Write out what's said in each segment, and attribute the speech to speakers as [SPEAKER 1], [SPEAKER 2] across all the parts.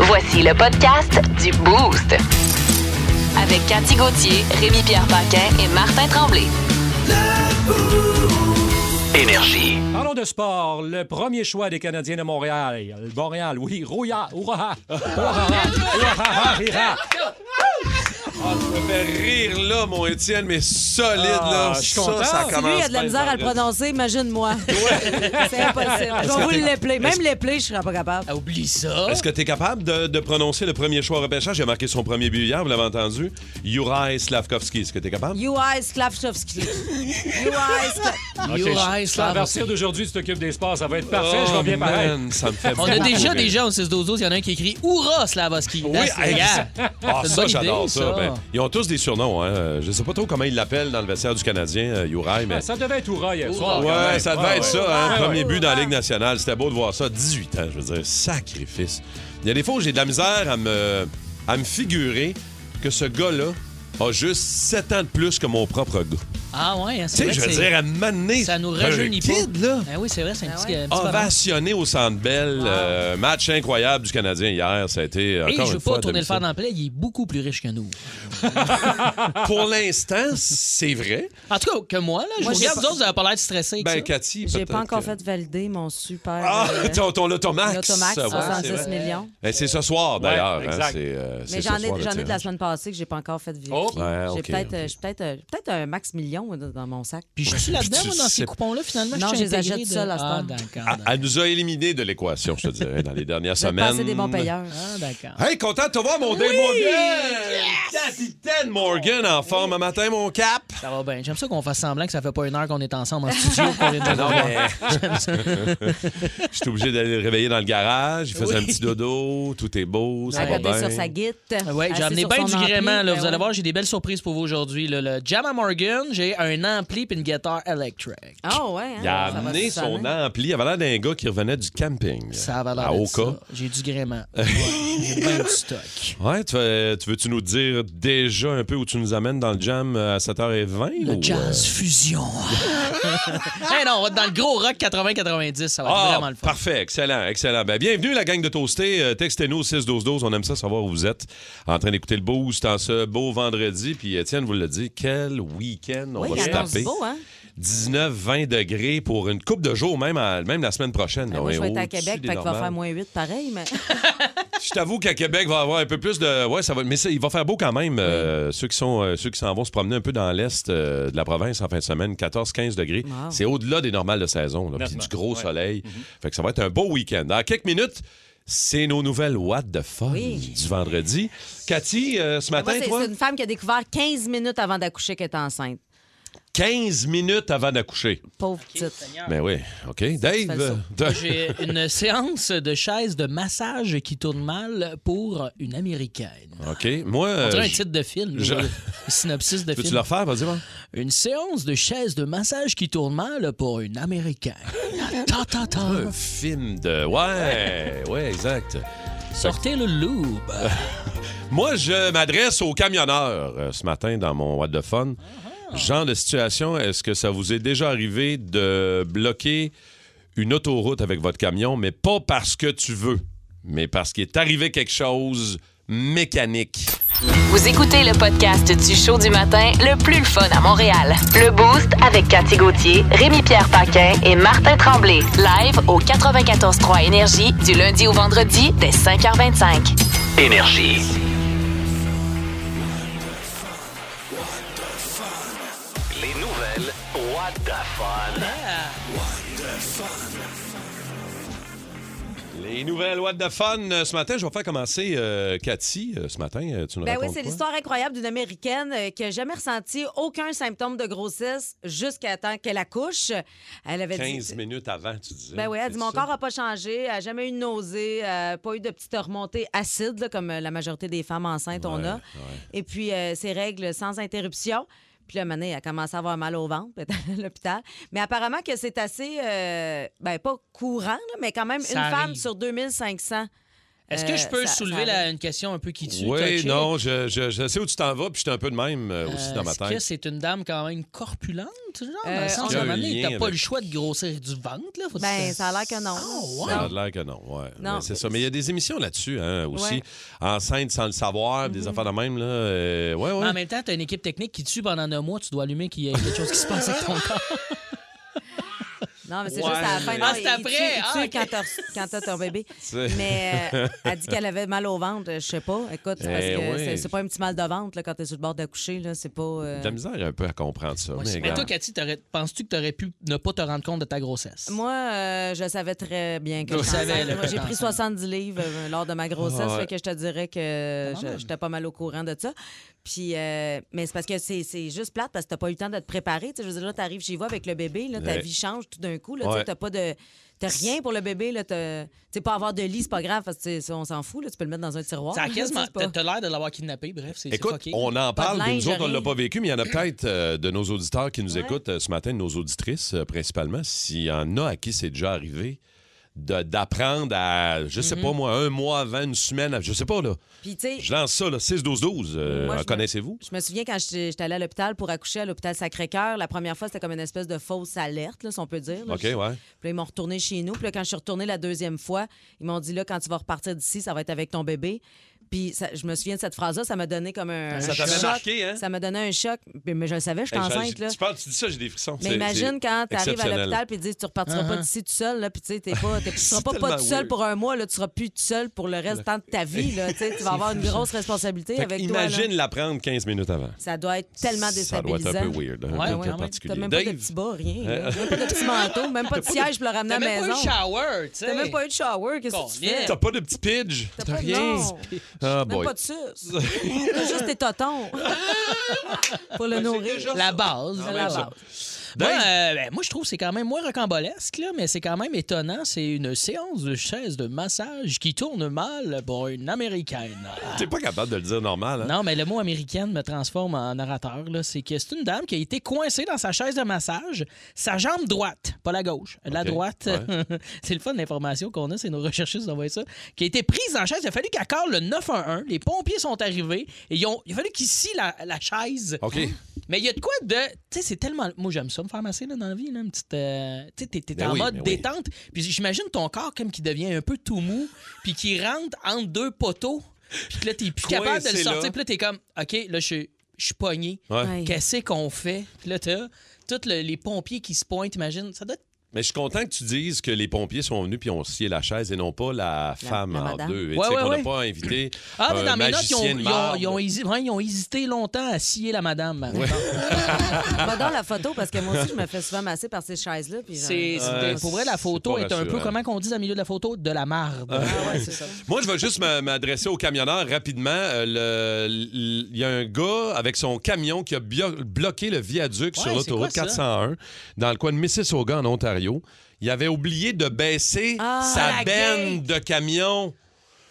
[SPEAKER 1] Voici le podcast du Boost. Avec Cathy Gauthier, Rémi-Pierre Paquin et Martin Tremblay.
[SPEAKER 2] Énergie.
[SPEAKER 3] Parlons de sport. Le premier choix des Canadiens de Montréal. Montréal, oui. Rouya, Ouraha.
[SPEAKER 4] Je me fais rire là, mon Étienne, mais solide
[SPEAKER 3] Ah,
[SPEAKER 4] là.
[SPEAKER 3] je suis
[SPEAKER 4] Ça,
[SPEAKER 3] content.
[SPEAKER 4] Ça,
[SPEAKER 3] Si
[SPEAKER 4] commence.
[SPEAKER 5] Lui, il a de la
[SPEAKER 4] bien
[SPEAKER 5] misère à le
[SPEAKER 4] par-
[SPEAKER 5] prononcer, imagine-moi. C'est impossible. Je vais vous l'épeler. Même l'épeler, je serais pas capable.
[SPEAKER 6] Ah, oublie ça.
[SPEAKER 4] Est-ce que tu es capable de, de prononcer le premier choix au repêchage? J'ai marqué son premier but hier, vous l'avez entendu. Uri Slavkovski. Est-ce que tu es capable?
[SPEAKER 5] UI Sklavchovski. UI
[SPEAKER 3] OK,
[SPEAKER 6] Your
[SPEAKER 3] je-
[SPEAKER 6] eyes,
[SPEAKER 3] je- À partir d'aujourd'hui, tu t'occupes des sports. Ça va être parfait. je vais bien paraître.
[SPEAKER 4] Oh, man, ça me fait
[SPEAKER 6] On a
[SPEAKER 4] beaucoup
[SPEAKER 6] déjà
[SPEAKER 4] rire.
[SPEAKER 6] des gens au 6 12 il y en a un qui écrit Oura Slavoski.
[SPEAKER 4] Oui,
[SPEAKER 6] That's-
[SPEAKER 4] hey,
[SPEAKER 6] yeah.
[SPEAKER 4] Ah,
[SPEAKER 6] C'est une
[SPEAKER 4] ça,
[SPEAKER 6] bonne
[SPEAKER 4] j'adore
[SPEAKER 6] idée,
[SPEAKER 4] ça.
[SPEAKER 6] ça.
[SPEAKER 4] Ben, ils ont tous des surnoms. Hein. Euh, Je sais pas trop comment ils l'appellent dans le vestiaire du Canadien, euh, Uri,
[SPEAKER 5] Ah,
[SPEAKER 4] mais.
[SPEAKER 3] Ça devait être Oura hier soir. quand
[SPEAKER 4] Ouais,
[SPEAKER 3] même.
[SPEAKER 4] ça devait
[SPEAKER 3] Ouais,
[SPEAKER 4] être
[SPEAKER 3] ouais. Ah,
[SPEAKER 4] ça, hein,
[SPEAKER 3] Ouais,
[SPEAKER 4] premier
[SPEAKER 3] ouais.
[SPEAKER 4] but dans la Ligue nationale. C'était beau de voir ça. 18 ans, je veux dire, sacrifice. Il y a des fois où j'ai de la misère à me, à me figurer que ce gars-là a juste 7 ans de plus que mon propre gars.
[SPEAKER 6] Ah, ouais, hein,
[SPEAKER 4] Tu
[SPEAKER 6] c'est
[SPEAKER 4] sais,
[SPEAKER 6] vrai.
[SPEAKER 4] je
[SPEAKER 6] que
[SPEAKER 4] veux
[SPEAKER 6] c'est-
[SPEAKER 4] dire, à m'amener.
[SPEAKER 6] Ça nous rajeunit pas.
[SPEAKER 4] kid, là.
[SPEAKER 6] Ben oui, c'est vrai, c'est un
[SPEAKER 5] Ah
[SPEAKER 6] petit.
[SPEAKER 5] ouais.
[SPEAKER 6] un petit Ah. bonhomme.
[SPEAKER 4] Ovationné au Centre Bell. euh, match incroyable du Canadien hier. Ça a été euh, encore
[SPEAKER 6] Et je
[SPEAKER 4] une
[SPEAKER 6] veux
[SPEAKER 4] fois
[SPEAKER 6] pas
[SPEAKER 4] à
[SPEAKER 6] tourner le
[SPEAKER 4] domicile.
[SPEAKER 6] fer dans le plat, il est beaucoup plus riche que nous.
[SPEAKER 4] Pour l'instant, c'est vrai.
[SPEAKER 6] En tout cas, que Ah, moi, là, je
[SPEAKER 5] Moi,
[SPEAKER 6] vous
[SPEAKER 5] j'ai
[SPEAKER 6] regarde,
[SPEAKER 5] pas-
[SPEAKER 6] vous autres, vous avez pas l'air de stresser.
[SPEAKER 4] Ben, Cathy,
[SPEAKER 5] J'ai pas
[SPEAKER 4] peut-être
[SPEAKER 5] encore
[SPEAKER 4] que-
[SPEAKER 5] fait valider mon super.
[SPEAKER 4] Ah,
[SPEAKER 5] euh,
[SPEAKER 4] ton, ton Lotomax.
[SPEAKER 5] L'automax,
[SPEAKER 4] Ouais, c'est
[SPEAKER 5] 66
[SPEAKER 4] vrai.
[SPEAKER 5] millions.
[SPEAKER 4] Eh, C'est ce soir, d'ailleurs. hein,
[SPEAKER 3] exact.
[SPEAKER 4] c'est, euh, c'est
[SPEAKER 5] Mais
[SPEAKER 4] ce
[SPEAKER 5] j'en ai,
[SPEAKER 4] soir,
[SPEAKER 5] j'en ai de
[SPEAKER 4] tiens.
[SPEAKER 5] la semaine passée que j'ai pas encore fait vivre.
[SPEAKER 3] Oh.
[SPEAKER 4] Ouais, ok,
[SPEAKER 5] j'ai peut-être euh,
[SPEAKER 4] ok.
[SPEAKER 5] j'ai peut-être euh, peut-être un max million euh, dans mon sac.
[SPEAKER 6] Puis je suis là-dedans,
[SPEAKER 4] tu
[SPEAKER 6] moi, dans
[SPEAKER 4] sais
[SPEAKER 6] ces
[SPEAKER 4] pas.
[SPEAKER 6] coupons-là, finalement.
[SPEAKER 5] Non,
[SPEAKER 6] je
[SPEAKER 5] je
[SPEAKER 6] suis
[SPEAKER 5] les
[SPEAKER 6] intégré
[SPEAKER 5] achète
[SPEAKER 6] de-
[SPEAKER 5] seuls à ce
[SPEAKER 6] Ah,
[SPEAKER 5] temps.
[SPEAKER 6] d'accord.
[SPEAKER 4] Ah,
[SPEAKER 6] d'accord.
[SPEAKER 4] Elle nous a éliminés de l'équation, je te dirais, dans les dernières
[SPEAKER 5] Vous êtes
[SPEAKER 4] semaines.
[SPEAKER 5] passé des bons payeurs.
[SPEAKER 6] Ah, d'accord.
[SPEAKER 4] Hey, content de te voir, mon Dave Morgan! Capitaine Morgan, en forme un matin, mon cap!
[SPEAKER 6] Ça va bien. J'aime ça qu'on fasse semblant que ça fait pas une heure qu'on est ensemble en studio. qu'on est dans-
[SPEAKER 4] J'étais obligé d'aller le réveiller dans le garage. Il faisait
[SPEAKER 6] Oui.
[SPEAKER 4] un petit dodo. Tout est beau. Ça
[SPEAKER 5] à
[SPEAKER 4] va
[SPEAKER 5] côté
[SPEAKER 4] bien.
[SPEAKER 5] sur sa guite.
[SPEAKER 6] ben.
[SPEAKER 4] Ah
[SPEAKER 6] Ouais,
[SPEAKER 5] assis
[SPEAKER 6] j'ai amené
[SPEAKER 5] sur
[SPEAKER 6] bien
[SPEAKER 5] son
[SPEAKER 6] du
[SPEAKER 5] ampli,
[SPEAKER 6] gréement. Là.
[SPEAKER 5] ben
[SPEAKER 6] Vous
[SPEAKER 5] ouais.
[SPEAKER 6] allez voir, j'ai des belles surprises pour vous aujourd'hui. là. Le Jama Morgan, j'ai un ampli et une guitare électrique.
[SPEAKER 5] Ah ouais. hein,
[SPEAKER 4] Il a
[SPEAKER 5] ça va
[SPEAKER 4] amené
[SPEAKER 5] sonner.
[SPEAKER 4] son ampli. Ah, Il avait l'air d'un gars qui revenait du camping.
[SPEAKER 6] Ça va l'air
[SPEAKER 4] À
[SPEAKER 6] de
[SPEAKER 4] Oka.
[SPEAKER 6] ça. J'ai du gréement. Ouais, j'ai bien du stock.
[SPEAKER 4] Ouais, tu veux- tu veux-tu nous dire déjà un peu où tu nous amènes dans le jam euh, à 7h20?
[SPEAKER 6] Le jazz fusion. hey Eh non, on va être dans le gros rock 80-90. Ça va être
[SPEAKER 4] Ah,
[SPEAKER 6] vraiment le fun.
[SPEAKER 4] parfait, excellent, excellent. Ben, bienvenue la gang de Toasté. Euh, Textez-nous au 6-12-12, on aime ça savoir où vous êtes en train d'écouter le boost en ce beau vendredi. Puis Étienne vous le dit, quel week-end on
[SPEAKER 5] Oui,
[SPEAKER 4] va
[SPEAKER 5] il
[SPEAKER 4] se
[SPEAKER 5] annonce
[SPEAKER 4] taper.
[SPEAKER 5] beau, hein?
[SPEAKER 4] 19-20 degrés pour une coupe de jours, même, à- même la semaine prochaine.
[SPEAKER 5] Ben,
[SPEAKER 4] On
[SPEAKER 5] moi, je
[SPEAKER 4] est
[SPEAKER 5] vais être à
[SPEAKER 4] au-dessus
[SPEAKER 5] Québec,
[SPEAKER 4] des
[SPEAKER 5] fait qu'il va
[SPEAKER 4] normales.
[SPEAKER 5] faire moins 8 pareil, mais
[SPEAKER 4] Je t'avoue qu'à Québec, va avoir un peu plus de. Ouais, ça va. Mais ça, il va faire beau quand même. euh, ceux qui sont, euh, ceux qui s'en vont se promener un peu dans l'est euh, de la province en fin de semaine, 14-15 degrés.
[SPEAKER 5] Wow.
[SPEAKER 4] C'est au-delà des normales de saison. là, Puis
[SPEAKER 3] Nettement,
[SPEAKER 4] du gros
[SPEAKER 3] ouais.
[SPEAKER 4] soleil.
[SPEAKER 5] Mhm.
[SPEAKER 4] Fait que ça va être un beau week-end. Dans quelques minutes. C'est nos nouvelles What the Fun
[SPEAKER 5] Oui.
[SPEAKER 4] du vendredi. Cathy, euh, ce matin,
[SPEAKER 5] moi, c'est
[SPEAKER 4] toi,
[SPEAKER 5] c'est une femme qui a découvert 15 minutes avant d'accoucher qu'elle est enceinte.
[SPEAKER 4] 15 minutes avant d'accoucher.
[SPEAKER 5] Pauvre petite.
[SPEAKER 4] Mais oui, OK.
[SPEAKER 5] fais
[SPEAKER 4] Dave,
[SPEAKER 5] ça.
[SPEAKER 4] euh, t'as-
[SPEAKER 6] J'ai une séance de chaise de massage qui tourne mal pour une Américaine.
[SPEAKER 4] OK. Moi,
[SPEAKER 6] On dirait
[SPEAKER 4] euh,
[SPEAKER 6] un titre de film,
[SPEAKER 4] je-
[SPEAKER 6] là, un synopsis de
[SPEAKER 4] peux-tu
[SPEAKER 6] film.
[SPEAKER 4] le refaire? Vas-y, va.
[SPEAKER 6] Une séance de chaise de massage qui tourne mal pour une Américaine. Euh, Ta, ta, ta.
[SPEAKER 4] Un film de. Ouais, ouais, exact.
[SPEAKER 6] Sortez le lube.
[SPEAKER 4] Moi, je m'adresse aux camionneurs euh, ce matin dans mon What the Fun. Genre de situation, est-ce que ça vous est déjà arrivé de bloquer une autoroute avec votre camion, mais pas parce que tu veux, mais parce qu'il est arrivé quelque chose mécanique?
[SPEAKER 1] Vous écoutez le podcast du show du matin le plus le fun à Montréal. Le Boost avec Cathy Gauthier, Rémi-Pierre Paquin et Martin Tremblay. Live au 94.3 Énergie du lundi au vendredi dès 5h25.
[SPEAKER 2] Énergie. Les nouvelles What the Fun.
[SPEAKER 4] Les nouvelles What the Fun euh, ce matin, je vais faire commencer euh, Cathy euh, ce matin. euh, Tu nous
[SPEAKER 5] Ben oui,
[SPEAKER 4] racontes
[SPEAKER 5] c'est
[SPEAKER 4] quoi?
[SPEAKER 5] l'histoire incroyable d'une Américaine euh, qui n'a jamais ressenti aucun symptôme de grossesse jusqu'à temps qu'elle accouche. Elle avait
[SPEAKER 4] 15
[SPEAKER 5] dit.
[SPEAKER 4] minutes avant, tu disais.
[SPEAKER 5] Ben oui, elle dit
[SPEAKER 4] hein? C'est
[SPEAKER 5] mon
[SPEAKER 4] ça?
[SPEAKER 5] corps n'a pas changé, elle n'a jamais eu de nausée, euh, pas eu de petite remontée acide, là, comme euh, la majorité des femmes enceintes on
[SPEAKER 4] Ouais,
[SPEAKER 5] a.
[SPEAKER 4] ouais.
[SPEAKER 5] Et puis, euh, ses règles sans interruption. Puis là, Mané, elle a commencé à avoir mal au ventre, elle est allée à l'hôpital. Mais apparemment que c'est assez, euh, ben pas courant, là, mais quand même,
[SPEAKER 6] Ça
[SPEAKER 5] une femme
[SPEAKER 6] arrive.
[SPEAKER 5] sur 2500
[SPEAKER 6] Est-ce que je
[SPEAKER 5] Euh,
[SPEAKER 6] peux
[SPEAKER 5] ça- ça
[SPEAKER 6] soulever
[SPEAKER 5] allait.
[SPEAKER 6] la- une question un peu qui tue?
[SPEAKER 4] Oui,
[SPEAKER 6] touchée?
[SPEAKER 4] non, je, je- je sais où tu t'en vas, puis j'étais un peu de même euh, aussi
[SPEAKER 6] Euh,
[SPEAKER 4] dans ma
[SPEAKER 6] Est-ce que
[SPEAKER 4] tête.
[SPEAKER 6] c'est une dame quand même corpulente? Genre, dans
[SPEAKER 5] Euh,
[SPEAKER 6] le sens,
[SPEAKER 5] on-
[SPEAKER 6] à un moment donné,
[SPEAKER 4] Il y a un
[SPEAKER 6] t'as
[SPEAKER 4] lien
[SPEAKER 6] pas
[SPEAKER 4] avec-
[SPEAKER 6] le choix de grossir du ventre, là. Faut que
[SPEAKER 5] Ben,
[SPEAKER 6] tu-
[SPEAKER 5] ça a l'air que non.
[SPEAKER 6] Ah, ouais.
[SPEAKER 4] Ça a l'air que non, ouais.
[SPEAKER 5] Non.
[SPEAKER 4] Mais c'est ça. Mais il y a des émissions là-dessus, hein, aussi.
[SPEAKER 5] Ouais.
[SPEAKER 4] Enceinte sans le savoir, des affaires de même, là. euh, ouais,
[SPEAKER 6] Mais
[SPEAKER 4] ouais.
[SPEAKER 6] en même temps, t'as une équipe technique qui tue pendant un mois, tu dois allumer qu'il y a quelque chose qui se passe avec ton corps.
[SPEAKER 5] Non, mais c'est
[SPEAKER 4] Ouais,
[SPEAKER 5] juste à la fin.
[SPEAKER 4] mais-
[SPEAKER 5] non,
[SPEAKER 6] Ah, c'est
[SPEAKER 5] il tue-
[SPEAKER 6] après.
[SPEAKER 5] il tue
[SPEAKER 6] Ah, ok.
[SPEAKER 5] quand t'as- quand t'as ton bébé.
[SPEAKER 4] C'est-
[SPEAKER 5] Mais euh, elle dit qu'elle avait mal au ventre. Je sais pas. Écoute, c'est parce
[SPEAKER 4] Eh
[SPEAKER 5] que
[SPEAKER 4] oui.
[SPEAKER 5] c'est- c'est pas un petit mal de ventre là, quand t'es sur le bord d'accoucher. là, C'est pas. euh,
[SPEAKER 4] De la misère un peu à comprendre ça. mais
[SPEAKER 6] Mais
[SPEAKER 4] regarde.
[SPEAKER 6] toi, Cathy, t'aurais- penses-tu que t'aurais pu ne pas te rendre compte de ta grossesse?
[SPEAKER 5] Moi, euh, je savais très bien que
[SPEAKER 6] Vous
[SPEAKER 5] je suis
[SPEAKER 6] savez,
[SPEAKER 5] enceinte.
[SPEAKER 6] là,
[SPEAKER 5] Moi, J'ai
[SPEAKER 6] que
[SPEAKER 5] pris
[SPEAKER 6] t'es enceinte.
[SPEAKER 5] 70 livres euh, lors de ma grossesse,
[SPEAKER 4] Ah ouais.
[SPEAKER 5] fait que je te dirais que
[SPEAKER 6] Quand
[SPEAKER 5] je-
[SPEAKER 6] même.
[SPEAKER 5] j'étais pas mal au courant de ça. Puis, euh, mais c'est parce que c'est c'est juste plate parce que t'as pas eu le temps de te préparer. Tu sais, je veux dire, là, t'arrives chez vous avec le bébé, là, ta
[SPEAKER 4] Ouais.
[SPEAKER 5] vie change tout d'un coup. Là, tu sais,
[SPEAKER 4] Ouais.
[SPEAKER 5] T'as pas de. T'as rien pour le bébé. là, t'as- Tu sais, pas avoir de lit, c'est pas grave parce que tu sais, on s'en fout. là, tu peux le mettre dans un tiroir.
[SPEAKER 6] Ça a
[SPEAKER 5] là,
[SPEAKER 6] quasiment-
[SPEAKER 5] c'est pas-
[SPEAKER 6] T'as t'as l'air de l'avoir kidnappé, bref, c'est c'est
[SPEAKER 4] Écoute,
[SPEAKER 6] fucké.
[SPEAKER 4] on en
[SPEAKER 5] Pas de
[SPEAKER 4] parle, mais
[SPEAKER 5] linge,
[SPEAKER 4] nous autres, on ne l'a
[SPEAKER 5] rien.
[SPEAKER 4] pas vécu, mais il y en a peut-être euh, de nos auditeurs qui nous écoutent euh, ce matin, de nos auditrices euh, principalement, s'il y en a à qui c'est déjà arrivé de- d'apprendre à, je sais pas moi, un mois avant, une semaine, à- je sais pas, là.
[SPEAKER 5] Puis, tu sais,
[SPEAKER 4] Je lance ça, là, 6-12-12. euh,
[SPEAKER 5] Moi, je
[SPEAKER 4] en
[SPEAKER 5] me-
[SPEAKER 4] connaissez-vous?
[SPEAKER 5] Je me souviens quand j'étais j'étais allée à l'hôpital pour accoucher à l'hôpital Sacré-Cœur, la première fois, c'était comme une espèce de fausse alerte, là, si on peut dire. là.
[SPEAKER 4] OK,
[SPEAKER 5] Je-
[SPEAKER 4] ouais.
[SPEAKER 5] Puis là, ils m'ont retourné chez nous. Puis là, quand je suis retournée la deuxième fois, ils m'ont dit là, quand tu vas repartir d'ici, ça va être avec ton bébé. Puis ça- je me souviens de cette phrase-là, ça m'a donné comme un.
[SPEAKER 6] Ça
[SPEAKER 5] un
[SPEAKER 6] t'avait
[SPEAKER 5] choc.
[SPEAKER 4] marqué, hein?
[SPEAKER 5] Ça m'a donné un choc. Mais- Mais je le savais, je suis
[SPEAKER 4] Hey, j'ai-
[SPEAKER 5] enceinte, là.
[SPEAKER 4] Tu, parles, tu dis ça, j'ai des frissons.
[SPEAKER 5] Mais
[SPEAKER 4] C'est-
[SPEAKER 5] imagine
[SPEAKER 4] c'est
[SPEAKER 5] quand tu arrives à
[SPEAKER 4] exceptionnel.
[SPEAKER 5] l'hôpital puis ils disent tu repartiras pas
[SPEAKER 6] Uh-huh.
[SPEAKER 5] d'ici tout seul là puis tu sais t'es pas t'es- tu seras
[SPEAKER 4] C'est
[SPEAKER 5] pas, pas
[SPEAKER 4] tellement
[SPEAKER 5] tout seul
[SPEAKER 4] weird.
[SPEAKER 5] pour un mois là tu seras plus tout seul pour le restant de ta vie là tu sais tu vas avoir une grosse responsabilité
[SPEAKER 4] Fait que
[SPEAKER 5] avec toi là.
[SPEAKER 4] imagine l'apprendre 15 minutes avant.
[SPEAKER 5] Ça doit être tellement
[SPEAKER 4] Ça doit
[SPEAKER 5] déstabilisant.
[SPEAKER 4] être un peu weird, hein, un
[SPEAKER 6] Ouais,
[SPEAKER 4] peu
[SPEAKER 6] ouais, quand même.
[SPEAKER 4] particulier.
[SPEAKER 5] T'as même pas de
[SPEAKER 4] Dave?
[SPEAKER 5] petit bas, rien.
[SPEAKER 4] Eh,
[SPEAKER 5] là. Même pas de petit manteau, même pas de siège pour le ramener
[SPEAKER 6] Hein? T'as
[SPEAKER 5] à la
[SPEAKER 6] même pas eu
[SPEAKER 5] maison.
[SPEAKER 6] de shower, tu sais.
[SPEAKER 5] T'as même pas eu de shower, qu'est-ce que tu
[SPEAKER 6] Colin.
[SPEAKER 5] fais?
[SPEAKER 4] T'as pas de petit pidge?
[SPEAKER 5] T'as pas de- non.
[SPEAKER 4] Ah,
[SPEAKER 5] Même
[SPEAKER 4] boy.
[SPEAKER 5] pas de suce. T'as juste tes totons. pour
[SPEAKER 4] Ben,
[SPEAKER 5] le nourrir.
[SPEAKER 6] La base.
[SPEAKER 4] Ah,
[SPEAKER 5] C'est
[SPEAKER 6] la
[SPEAKER 5] la
[SPEAKER 6] base.
[SPEAKER 5] base.
[SPEAKER 6] Moi,
[SPEAKER 4] Dave?
[SPEAKER 6] euh, ben, moi, je trouve que c'est quand même moins rocambolesque, là, mais c'est quand même étonnant. C'est une séance de chaise de massage qui tourne mal pour une Américaine.
[SPEAKER 4] T'es pas capable de le dire normal, hein?
[SPEAKER 6] Non, mais le mot américaine me transforme en orateur. là. C'est que c'est une dame qui a été coincée dans sa chaise de massage, sa jambe droite, pas la gauche, la
[SPEAKER 4] Ok,
[SPEAKER 6] droite. c'est le fun l'information qu'on a, c'est nos recherchistes d'envoyer ça. Qui a été prise en chaise. Il a fallu qu'elle colle le 911. Les pompiers sont arrivés et ils ont, il a fallu qu'ils scient la, la chaise.
[SPEAKER 4] OK.
[SPEAKER 6] Mais il y a de quoi de. Tu sais, c'est tellement. Moi, j'aime ça me faire masser là, dans la vie. Là, une petite, euh, Tu sais, t'es- t'es
[SPEAKER 4] Ben
[SPEAKER 6] en
[SPEAKER 4] oui,
[SPEAKER 6] mode
[SPEAKER 4] ben oui.
[SPEAKER 6] détente. Puis j'imagine ton corps comme qui devient un peu tout mou, puis qui rentre entre deux poteaux. Puis que là, t'es plus
[SPEAKER 4] Coincé
[SPEAKER 6] capable de le
[SPEAKER 4] là.
[SPEAKER 6] sortir. Puis là, t'es comme, OK, là, je je suis pogné.
[SPEAKER 4] Ouais.
[SPEAKER 5] Ouais.
[SPEAKER 6] Qu'est-ce qu'on fait? Puis là, t'as tous le- les pompiers qui se pointent, imagine. Ça doit être.
[SPEAKER 4] Mais je suis content que tu dises que les pompiers sont venus puis ont scié la chaise et non pas la femme
[SPEAKER 5] la
[SPEAKER 4] en
[SPEAKER 5] madame.
[SPEAKER 4] deux. Et
[SPEAKER 6] Ouais,
[SPEAKER 4] tu sais
[SPEAKER 6] ouais,
[SPEAKER 4] qu'on n'a
[SPEAKER 6] ouais.
[SPEAKER 4] pas invité.
[SPEAKER 6] Ah, mais
[SPEAKER 4] un
[SPEAKER 6] dans mes notes, ils ont,
[SPEAKER 4] Euh, magicien de
[SPEAKER 6] ils ont-
[SPEAKER 4] marbre.
[SPEAKER 6] ils ont hési- ouais, ils ont hésité longtemps à scier la madame.
[SPEAKER 5] Va dans la photo, parce que moi aussi, je me fais souvent masser par ces chaises-là. puis j'en-
[SPEAKER 6] C'est,
[SPEAKER 4] Ouais,
[SPEAKER 6] c'est- pour vrai, la
[SPEAKER 4] c'est
[SPEAKER 6] photo
[SPEAKER 4] pas
[SPEAKER 6] est un peu,
[SPEAKER 4] rassurant.
[SPEAKER 6] comment qu'on dit dans le milieu de la photo, de la marde.
[SPEAKER 4] Moi, je vais juste m'a- m'adresser aux camionneurs rapidement. Euh, le- l- Il y a un gars avec son camion qui a bio- bloqué le viaduc sur
[SPEAKER 6] Ouais, c'est quoi,
[SPEAKER 4] l'autoroute
[SPEAKER 6] ça?
[SPEAKER 4] 401 dans le coin de Mississauga, en Ontario. Il avait oublié de baisser
[SPEAKER 5] Ah,
[SPEAKER 4] sa
[SPEAKER 6] la
[SPEAKER 4] benne de camion.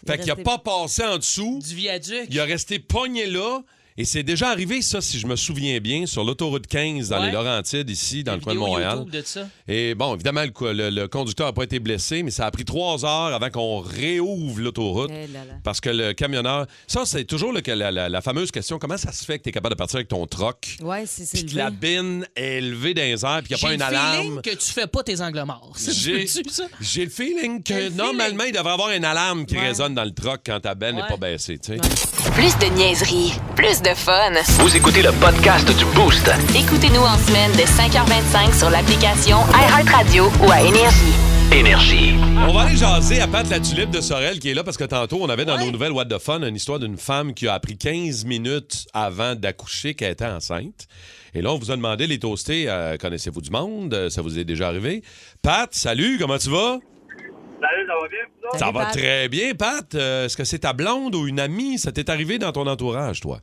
[SPEAKER 4] Fait
[SPEAKER 5] est
[SPEAKER 4] qu'il n'a
[SPEAKER 5] resté-
[SPEAKER 4] pas passé en dessous.
[SPEAKER 6] Du viaduc.
[SPEAKER 4] Il a resté pogné là. Et c'est déjà arrivé, ça, si je me souviens bien, sur l'autoroute 15 dans
[SPEAKER 6] Ouais.
[SPEAKER 4] les Laurentides, ici, dans le coin de
[SPEAKER 6] Vidéo
[SPEAKER 4] Montréal.
[SPEAKER 6] YouTube de ça.
[SPEAKER 4] Et bon, évidemment, le, co- le- le conducteur n'a pas été blessé, mais ça a pris trois heures avant qu'on réouvre l'autoroute.
[SPEAKER 5] Eh là là.
[SPEAKER 4] Parce que le camionneur. Ça, c'est toujours le- la, la- la fameuse question comment ça se fait que tu es capable de partir avec ton troc,
[SPEAKER 5] Ouais, c'est c'est
[SPEAKER 4] puis que la
[SPEAKER 5] levé.
[SPEAKER 4] bine est élevée dans les airs, puis qu'il n'y a pas une
[SPEAKER 6] J'ai le feeling
[SPEAKER 4] alarme
[SPEAKER 6] que tu fais pas tes angles morts. Ça, tu
[SPEAKER 4] J'ai-
[SPEAKER 6] peux-tu, ça?
[SPEAKER 4] J'ai le feeling que
[SPEAKER 6] J'ai le
[SPEAKER 4] normalement, il devrait y avoir une alarme qui
[SPEAKER 5] Ouais.
[SPEAKER 4] résonne dans le troc quand ta benne n'est
[SPEAKER 6] Ouais.
[SPEAKER 4] pas baissée. tu sais.
[SPEAKER 1] Plus de niaiserie, plus de fun.
[SPEAKER 2] Vous écoutez le podcast du Boost.
[SPEAKER 1] Écoutez-nous en semaine de 5h25 sur l'application iHeartRadio ou à Énergie.
[SPEAKER 2] Énergie.
[SPEAKER 4] On va aller jaser à Pat la tulipe de Sorel qui est là parce que tantôt, on avait dans nos nouvelles What the Fun une histoire d'une femme qui a appris 15 minutes avant d'accoucher qu'elle était enceinte. Et là, on vous a demandé, les toastés, euh, connaissez-vous du monde? Euh, Ça vous est déjà arrivé? Pat, salut, comment tu vas?
[SPEAKER 7] Salut, ça va bien, vous autres?
[SPEAKER 4] ça va
[SPEAKER 5] Pat.
[SPEAKER 4] très bien, Pat. Euh, Est-ce que c'est ta blonde ou une amie? Ça t'est arrivé dans ton entourage, toi?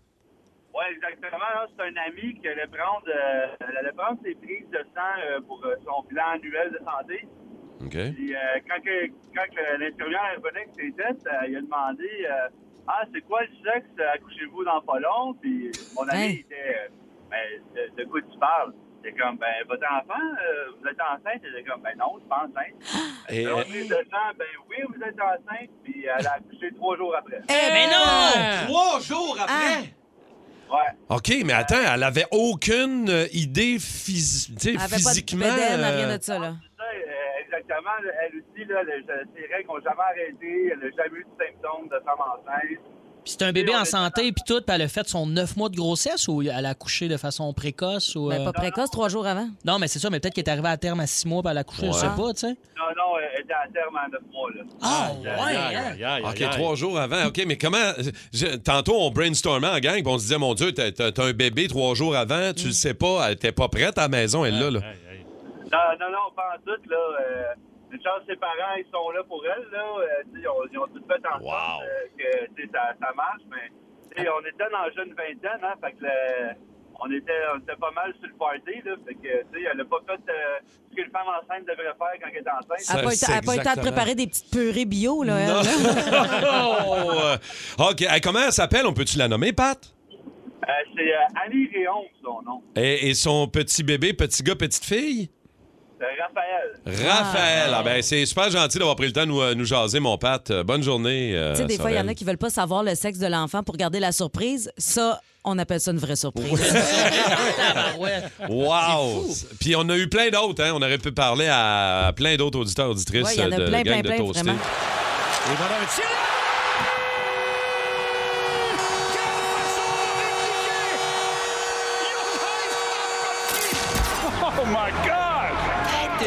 [SPEAKER 7] Oui, exactement. là, C'est un ami qui allait prendre, euh, elle allait prendre ses prises de sang euh, pour euh, son bilan annuel de santé.
[SPEAKER 4] OK.
[SPEAKER 7] Puis euh, quand, que- quand que l'infirmière revenait avec ses tests, euh, il a demandé euh, Ah, c'est quoi le sexe Accouchez-vous dans pas long Puis mon ami,
[SPEAKER 5] Hein?
[SPEAKER 7] il était euh, Ben, de, de quoi tu parles J'étais comme, ben, votre enfant, euh, vous êtes enceinte? J'étais comme, ben non, je suis pas enceinte.
[SPEAKER 4] Et,
[SPEAKER 7] Leur prise de sang, ben oui, vous êtes enceinte. Puis elle a accouché trois jours après.
[SPEAKER 5] Eh
[SPEAKER 6] Mais non!
[SPEAKER 8] Trois jours après!
[SPEAKER 7] Ouais.
[SPEAKER 4] OK, mais attends, elle avait aucune euh, idée phys- tu sais,
[SPEAKER 5] Elle avait
[SPEAKER 4] physiquement.
[SPEAKER 5] pas de bédaine, elle
[SPEAKER 4] euh,
[SPEAKER 5] vient de ça, là.
[SPEAKER 7] Ça, euh, exactement, là, elle aussi, là, le- ses règles n'ont jamais arrêté. Elle n'a jamais eu de symptômes de femme enceinte.
[SPEAKER 6] Puis c'est un bébé en santé, puis tout, puis elle a fait son neuf mois de grossesse ou elle a accouché de façon précoce ou.
[SPEAKER 5] Ben,
[SPEAKER 6] euh,
[SPEAKER 5] pas précoce, trois jours avant.
[SPEAKER 6] Non, mais c'est ça, mais peut-être qu'elle est arrivée à terme à six mois, puis elle a accouché, je sais
[SPEAKER 5] Ouais.
[SPEAKER 6] pas, tu sais.
[SPEAKER 7] Non, non, elle était à terme en neuf mois, là.
[SPEAKER 6] Ah, ouais,
[SPEAKER 3] Aïe,
[SPEAKER 6] hein?
[SPEAKER 3] aïe, aïe,
[SPEAKER 4] OK,
[SPEAKER 3] aïe.
[SPEAKER 4] trois jours avant. OK, mais comment. je- tantôt, on brainstormait en gang, puis on se disait, mon Dieu, t'as, t'as- t'as un bébé trois jours avant, tu le sais pas, elle était pas prête à la maison, elle, là. là.
[SPEAKER 3] Aïe, aïe.
[SPEAKER 7] Non, non, non, pas en doute, là. Euh, une chance, ses parents, ils sont là pour elle, là. Euh, tu sais, ils, ont, ils ont tout fait en sorte
[SPEAKER 4] Wow.
[SPEAKER 7] euh, que tu sais, ça, ça marche, mais tu sais, on était dans la jeune vingtaine, hein, fait que le- on, était, on était pas mal sur le party, là. Fait que, tu sais, elle a pas fait euh, ce qu'une femme enceinte devrait faire quand elle est enceinte. Euh,
[SPEAKER 5] Elle n'a pas, eu-
[SPEAKER 4] c'est
[SPEAKER 5] elle a pas eu le temps de
[SPEAKER 4] exactement.
[SPEAKER 5] préparer des petites purées bio, là. hein. elle,
[SPEAKER 4] Non.
[SPEAKER 5] là.
[SPEAKER 4] Oh, euh, OK, hey, comment elle s'appelle? On peut-tu la nommer, Pat?
[SPEAKER 7] Euh, C'est euh, Annie Réon, son nom.
[SPEAKER 4] Et, et son petit bébé, petit gars, petite fille?
[SPEAKER 7] C'est Raphaël.
[SPEAKER 4] Raphaël. Ah, ben, c'est super gentil d'avoir pris le temps de nous, euh, nous jaser, mon Pat. Euh, Bonne journée. euh,
[SPEAKER 5] Tu sais, des fois, il y en
[SPEAKER 4] Sorel.
[SPEAKER 5] a qui veulent pas savoir le sexe de l'enfant pour garder la surprise. Ça, on appelle ça une vraie surprise.
[SPEAKER 4] Ah.
[SPEAKER 6] ouais.
[SPEAKER 4] Wow! Puis on a eu plein d'autres, hein? On aurait pu parler à plein d'autres auditeurs, auditrices
[SPEAKER 5] Ouais, il y en a
[SPEAKER 4] euh, de
[SPEAKER 5] plein,
[SPEAKER 4] la gang
[SPEAKER 5] plein,
[SPEAKER 4] de
[SPEAKER 5] plein,
[SPEAKER 4] Toasté.
[SPEAKER 5] vraiment.
[SPEAKER 3] Et voilà un tir.
[SPEAKER 9] Oh
[SPEAKER 1] Tête de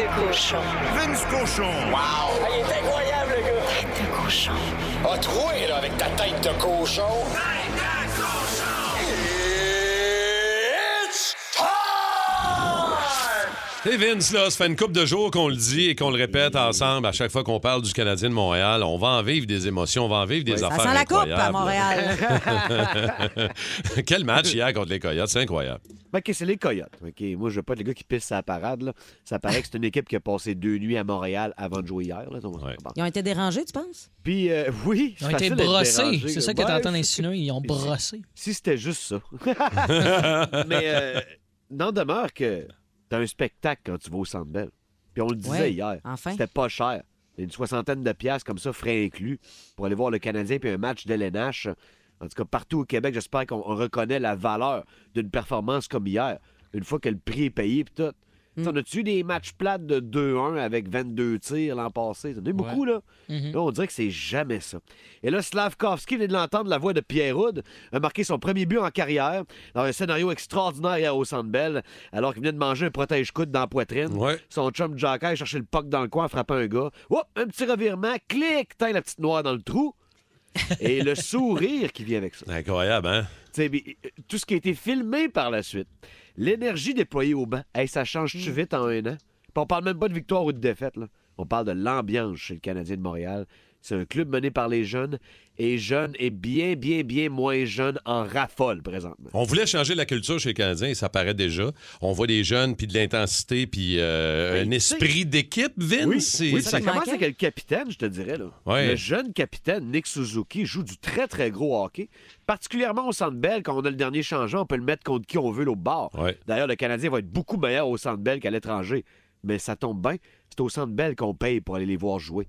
[SPEAKER 1] cochon.
[SPEAKER 9] Ah, il est incroyable, le gars! Tête de cochon. A troué, là, avec ta tête de cochon. Tête de cochon! It's time!
[SPEAKER 4] Hey Vince, là, ça fait une couple de jours qu'on le dit et qu'on le répète ensemble à chaque fois qu'on parle du Canadien de Montréal. On va en vivre des émotions, on va en vivre des
[SPEAKER 5] Ça
[SPEAKER 4] affaires
[SPEAKER 5] sent la coupe à
[SPEAKER 4] incroyables.
[SPEAKER 5] Montréal.
[SPEAKER 4] Quel match hier contre les Coyotes, c'est incroyable.
[SPEAKER 10] Ben, OK, c'est les Coyotes. OK, moi, je veux pas être le gars qui pisse sa parade. Là. Ça paraît que c'est une équipe qui a passé deux nuits à Montréal avant de jouer hier. Là, Donc,
[SPEAKER 4] Ouais.
[SPEAKER 10] bon.
[SPEAKER 5] Ils ont été dérangés, tu penses?
[SPEAKER 10] Puis, euh, oui,
[SPEAKER 6] Ils ont
[SPEAKER 10] c'est
[SPEAKER 6] été
[SPEAKER 10] facile d'être
[SPEAKER 6] brossés.
[SPEAKER 10] dérangé,
[SPEAKER 6] C'est
[SPEAKER 10] là.
[SPEAKER 6] ça que t'es en
[SPEAKER 10] Ouais,
[SPEAKER 6] train d'insinuer. Ils ont brossé.
[SPEAKER 10] Si c'était juste ça. Mais euh, n'en demeure que t'as un spectacle quand tu vas au Centre Bell. Puis on le disait
[SPEAKER 5] Ouais,
[SPEAKER 10] hier,
[SPEAKER 5] enfin.
[SPEAKER 10] c'était pas cher. Une soixantaine de piastres comme ça, frais inclus, pour aller voir le Canadien puis un match de l'NH. En tout cas, partout au Québec, j'espère qu'on on reconnaît la valeur d'une performance comme hier, une fois que le prix est payé puis tout.
[SPEAKER 5] Mm.
[SPEAKER 10] T'sais, On a-tu eu des matchs plates de 2-1 avec 22 tirs l'an passé? T'en as eu beaucoup, là? Là, on dirait que c'est jamais ça. Et là, Slavkovski venait de l'entendre, la voix de Pierre Houd, a marqué son premier but en carrière dans un scénario extraordinaire hier au Centre Bell, alors qu'il venait de manger un protège-coude dans la poitrine.
[SPEAKER 4] Ouais.
[SPEAKER 10] Son chum Jockey cherchait le puck dans le coin, frappait un gars. Oups, un petit revirement, clic, teint la petite noire dans le trou. Et le sourire qui vient avec ça.
[SPEAKER 4] Incroyable, hein?
[SPEAKER 10] Tu sais, mais, euh, tout ce qui a été filmé par la suite, l'énergie déployée au banc, hey, ça change-tu vite en un an? Puis on parle même pas de victoire ou de défaite. là. On parle de l'ambiance chez le Canadien de Montréal. C'est un club mené par les jeunes, et jeunes et bien, bien, bien moins jeunes en raffole présentement.
[SPEAKER 4] On voulait changer la culture chez les Canadiens et ça paraît déjà. On voit des jeunes, puis de l'intensité, puis euh,
[SPEAKER 10] Ben,
[SPEAKER 4] un
[SPEAKER 10] tu sais-
[SPEAKER 4] esprit d'équipe, Vince. C'est-
[SPEAKER 10] oui,
[SPEAKER 4] ça-
[SPEAKER 10] ça
[SPEAKER 5] qui manquait.
[SPEAKER 10] commence avec le capitaine, je te dirais. Là.
[SPEAKER 4] Ouais.
[SPEAKER 10] Le jeune capitaine, Nick Suzuki, joue du très, très gros hockey, particulièrement au Centre Bell. Quand on a le dernier changeant, on peut le mettre contre qui on veut l'autre bord.
[SPEAKER 4] Ouais.
[SPEAKER 10] D'ailleurs, le Canadien va être beaucoup meilleur au Centre Bell qu'à l'étranger. Mais ça tombe bien, c'est au Centre Bell qu'on paye pour aller les voir jouer.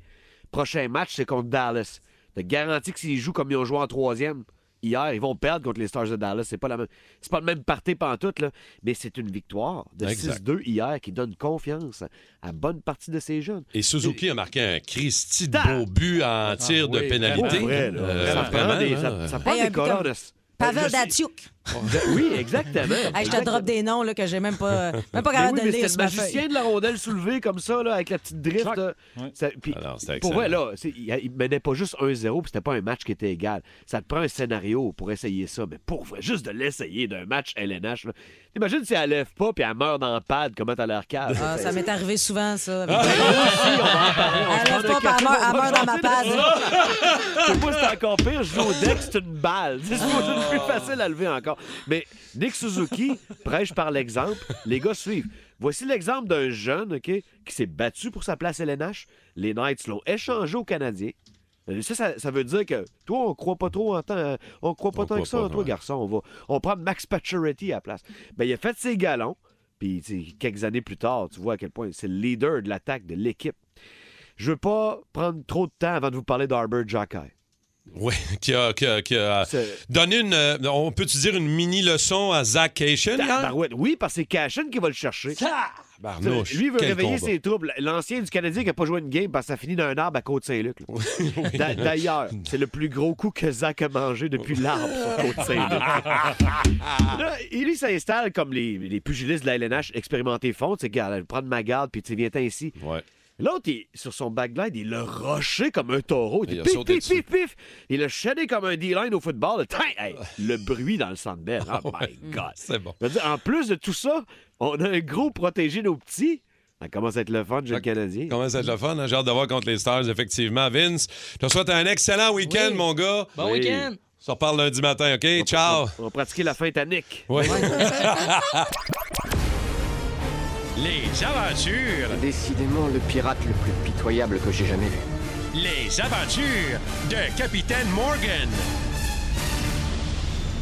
[SPEAKER 10] Prochain match, c'est contre Dallas. Je te garantis que s'ils jouent comme ils ont joué en troisième, hier, ils vont perdre contre les Stars de Dallas. C'est pas, la même... c'est pas le même party pantoute, là. mais c'est une victoire de
[SPEAKER 4] Exact.
[SPEAKER 10] 6-2 hier qui donne confiance à bonne partie de ces jeunes.
[SPEAKER 4] Et Suzuki a marqué un Christy de
[SPEAKER 10] Ta-
[SPEAKER 4] beau but en tir de
[SPEAKER 3] oui,
[SPEAKER 4] pénalité.
[SPEAKER 10] Pour Ah, vrai, là.
[SPEAKER 4] Euh,
[SPEAKER 10] ça prend
[SPEAKER 4] vraiment,
[SPEAKER 10] des,
[SPEAKER 4] là.
[SPEAKER 10] ça, ça prend
[SPEAKER 5] Hey, un
[SPEAKER 10] des
[SPEAKER 5] but
[SPEAKER 10] colonnes.
[SPEAKER 5] comme-
[SPEAKER 10] Je
[SPEAKER 5] Pavel
[SPEAKER 10] sais-
[SPEAKER 5] Datsyuk.
[SPEAKER 10] Oui, exactement.
[SPEAKER 5] Hey, je te drop des noms là, que j'ai même pas, même pas
[SPEAKER 10] Mais
[SPEAKER 5] capable
[SPEAKER 10] oui,
[SPEAKER 5] de
[SPEAKER 10] mais c'était
[SPEAKER 5] lire sur
[SPEAKER 10] le
[SPEAKER 5] ma feuille.
[SPEAKER 10] magicien de la rondelle soulevée comme ça, là, avec la petite drift.
[SPEAKER 3] Clac.
[SPEAKER 10] là.
[SPEAKER 3] Ouais.
[SPEAKER 10] Ça- puis,
[SPEAKER 4] Ah non, c'était
[SPEAKER 10] pour
[SPEAKER 4] excellent.
[SPEAKER 10] vrai, là, c'est- il, il menait pas juste 1-0, puis c'était pas un match qui était égal. Ça te prend un scénario pour essayer ça, mais pour vrai, juste de l'essayer d'un match LNH. là. T'imagines si elle lève pas, puis elle meurt dans le pad, comment t'as l'air cave.
[SPEAKER 5] Ah, ça m'est arrivé souvent, ça.
[SPEAKER 4] Ah,
[SPEAKER 10] on va en parler. On
[SPEAKER 5] Elle
[SPEAKER 10] se
[SPEAKER 5] lève
[SPEAKER 10] prend
[SPEAKER 5] pas,
[SPEAKER 10] un
[SPEAKER 5] puis
[SPEAKER 10] café,
[SPEAKER 5] elle meurt-
[SPEAKER 10] on va
[SPEAKER 5] elle meurt dans ma
[SPEAKER 10] jaser de
[SPEAKER 5] page.
[SPEAKER 10] ça. Pour moi, c'est encore pire. Je joue au deck, c'est une balle. C'est supposé être plus facile à lever encore. Mais Nick Suzuki prêche par l'exemple. Les gars suivent. Voici l'exemple d'un jeune ok, qui s'est battu pour sa place LNH. Les Knights l'ont échangé aux Canadiens. Euh, Ça, ça, ça veut dire que toi, on croit pas trop en temps, euh, on croit pas
[SPEAKER 4] On
[SPEAKER 10] tant
[SPEAKER 4] croit
[SPEAKER 10] que ça
[SPEAKER 4] pas,
[SPEAKER 10] en toi,
[SPEAKER 4] ouais.
[SPEAKER 10] garçon. On va, on prend Max Pacioretty à la place. Ben, il a fait ses galons. Puis tu sais, quelques années plus tard, tu vois à quel point c'est le leader de l'attaque de l'équipe. Je veux pas prendre trop de temps avant de vous parler d'Arbor Jacky.
[SPEAKER 4] Oui, qui a, qui a- qui a donné une. euh, on peut-tu dire une mini-leçon à Zach Cation?
[SPEAKER 10] Tabarouette. Oui, parce que c'est Cashin qui va le chercher.
[SPEAKER 4] Tabarnouche,
[SPEAKER 10] lui veut
[SPEAKER 4] quel
[SPEAKER 10] réveiller
[SPEAKER 4] combat.
[SPEAKER 10] ses troubles. L'ancien du Canadien qui n'a pas joué une game parce que ça finit dans un arbre à Côte-Saint-Luc. là. D'a- D'ailleurs, c'est le plus gros coup que Zach a mangé depuis l'arbre sur Côte-Saint-Luc. Là, il il s'installe comme les, les pugilistes de la LNH expérimentés font. Tu sais, regarde, je vais prendre ma garde, puis tu sais, viens-t'en ici. L'autre, il- sur son backline, il l'a rushé comme un taureau. Il,
[SPEAKER 4] Il a
[SPEAKER 10] pif,
[SPEAKER 4] sauté
[SPEAKER 10] pif,
[SPEAKER 4] dessus.
[SPEAKER 10] pif, pif. Il l'a shadé comme un D-line au football. Tain, hey, le bruit dans le centre belle. Oh my God.
[SPEAKER 4] C'est bon.
[SPEAKER 10] Je veux dire, en plus de tout ça, on a un gros protégé nos petits. Ça commence à être le fun, j'ai le Canadien.
[SPEAKER 4] Comment ça va être le fun? hein? J'ai hâte de voir contre les Stars, effectivement. Vince, je te souhaite un excellent week-end, mon gars.
[SPEAKER 6] Bon
[SPEAKER 10] Oui.
[SPEAKER 6] week-end!
[SPEAKER 4] On se reparle lundi matin, OK? Ciao!
[SPEAKER 10] On va pratiquer la fin tanique.
[SPEAKER 4] Ouais.
[SPEAKER 2] Les aventures,
[SPEAKER 9] Décidément le pirate le plus pitoyable que j'ai jamais vu.
[SPEAKER 2] les aventures de Capitaine Morgan.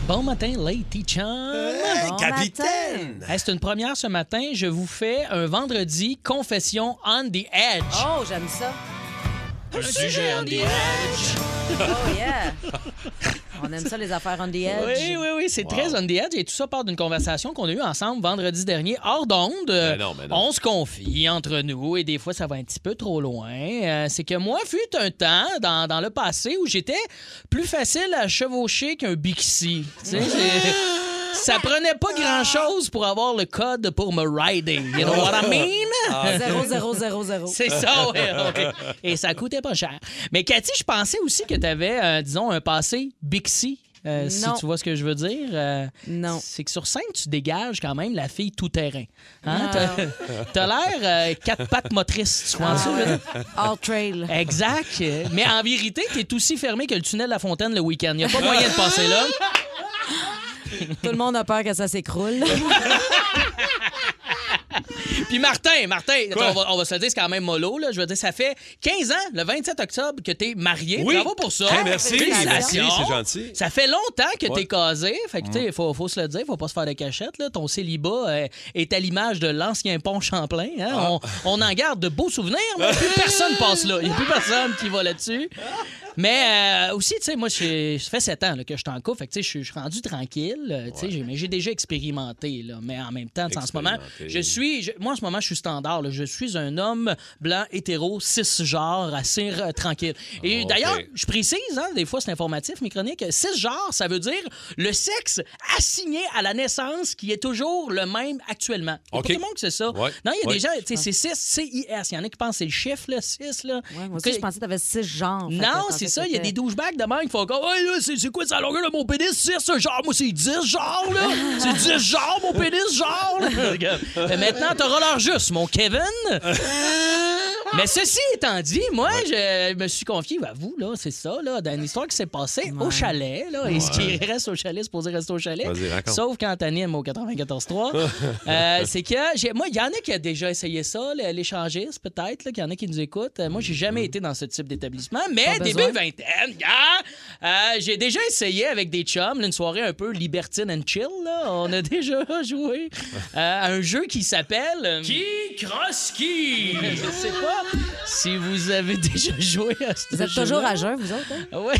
[SPEAKER 6] Bon matin, Lady Chan!
[SPEAKER 5] Bon matin.
[SPEAKER 6] Hey, c'est une première ce matin. Je vous fais un vendredi confession on the edge.
[SPEAKER 5] Oh, j'aime ça.
[SPEAKER 6] un sujet on the edge.
[SPEAKER 5] Oh, yeah. On aime ça, les affaires on the edge.
[SPEAKER 6] Oui, oui, oui, c'est très on the edge et tout ça part d'une conversation qu'on a eue ensemble vendredi dernier hors d'onde.
[SPEAKER 4] Ben non, ben non.
[SPEAKER 6] On se confie entre nous et des fois ça va un petit peu trop loin. Euh, c'est que moi, fut un temps dans, dans le passé où j'étais plus facile à chevaucher qu'un Bixi. Tu sais, j'ai- Ça prenait pas grand-chose pour avoir le code pour me rider. You know what I mean?
[SPEAKER 5] Ah,
[SPEAKER 4] Ah,
[SPEAKER 5] 0000.
[SPEAKER 6] C'est ça, oui. Et ça coûtait pas cher. Mais Cathy, je pensais aussi que tu avais, disons, un passé Bixi. euh, si
[SPEAKER 5] Non.
[SPEAKER 6] tu vois ce que je veux dire, Euh,
[SPEAKER 5] Non.
[SPEAKER 6] c'est que sur scène, tu dégages quand même la fille tout-terrain.
[SPEAKER 5] Non.
[SPEAKER 6] Hein? T'as- T'as l'air euh, quatre pattes motrices, tu vois ça? je veux dire?
[SPEAKER 5] Ah. All trail.
[SPEAKER 6] Exact. Mais en vérité, t'es aussi fermé que le tunnel de la fontaine le week-end. Il a pas moyen de passer là.
[SPEAKER 5] Tout le monde a peur que ça s'écroule.
[SPEAKER 6] Puis Martin, Martin, attends, on, va, on va se le dire, c'est quand même mollo. Là. Je veux dire, ça fait 15 ans, le 27 octobre, que t'es marié.
[SPEAKER 4] Oui.
[SPEAKER 6] Bravo pour ça.
[SPEAKER 4] Hey, merci.
[SPEAKER 6] Félicitations.
[SPEAKER 4] Merci, c'est gentil.
[SPEAKER 6] Ça fait longtemps que
[SPEAKER 4] Ouais. Mm.
[SPEAKER 6] t'es casé. Fait que, tu sais, faut, faut se le dire, faut pas se faire de cachette. Là. Ton célibat euh, est à l'image de l'ancien pont Champlain. hein.
[SPEAKER 4] Ah.
[SPEAKER 6] On, on en garde de beaux souvenirs, mais plus personne passe là. Il n'y a plus personne qui va là-dessus. Mais euh, aussi, tu sais, moi, j'ai- ça fait 7 ans là, que je suis en couple. Fait que, tu sais, je suis- je suis rendu tranquille. euh, tu sais, j'ai- mais j'ai déjà expérimenté, là. Mais en même temps, tu sais, en ce moment,
[SPEAKER 4] Expérimenté.
[SPEAKER 6] je suis... je- moi, en ce moment, je suis standard. là. Je suis un homme blanc, hétéro, cisgenre, assez euh, tranquille. Et
[SPEAKER 4] Ah, OK.
[SPEAKER 6] d'ailleurs, je précise, hein, des fois, c'est informatif, mes chroniques. Cisgenre, ça veut dire le sexe assigné à la naissance qui est toujours le même actuellement. Il y a
[SPEAKER 4] OK.
[SPEAKER 6] pas tout le monde que c'est ça.
[SPEAKER 4] Ouais.
[SPEAKER 6] Non, il y
[SPEAKER 4] Ouais.
[SPEAKER 6] a
[SPEAKER 4] Ah.
[SPEAKER 6] des gens... Tu sais, c'est 6, C-I-S. Il y en a qui pensent que c'est le chiffre, là, 6, là.
[SPEAKER 5] Ouais, moi aussi, je pensais que t'avais six genres. Fait que je
[SPEAKER 6] Non,
[SPEAKER 5] pensais
[SPEAKER 6] c'est
[SPEAKER 5] que
[SPEAKER 6] ça. Il y a
[SPEAKER 5] c'était-
[SPEAKER 6] des douchebags de même qui font comme Hey, là, c'est, c'est quoi sa longueur de mon pénis? C'est ce genre. Moi, c'est 10 genre, là. C'est 10 genre, mon pénis, genre. là. Regarde. Mais maintenant, t'auras l'heure juste, mon Kevin. Mais ceci étant dit, moi, je me suis confié à vous, là, c'est ça, là, dans une histoire qui s'est passée au chalet, là. Et ce qui reste au chalet, c'est pour dire rester au chalet.
[SPEAKER 4] Vas-y, raconte.
[SPEAKER 6] Sauf quand t'animes au 94.3. euh, c'est que, j'ai- moi, il y en a qui a déjà essayé ça, le- l'échangiste, peut-être, là, qu'il y en a qui nous écoutent. Euh, Moi, j'ai jamais
[SPEAKER 4] Mm-hmm.
[SPEAKER 6] été dans ce type d'établissement, mais
[SPEAKER 5] Pas
[SPEAKER 6] début
[SPEAKER 5] besoin.
[SPEAKER 6] vingtaine, gars, euh, j'ai déjà essayé avec des chums, là, une soirée un peu libertine and chill, là. On a déjà joué euh, à un jeu qui s'appelle... euh, je sais pas si vous avez déjà joué à ce
[SPEAKER 5] Vous êtes
[SPEAKER 6] jeu-là. Ah
[SPEAKER 5] toujours à jeun, vous autres? hein?
[SPEAKER 6] Ouais.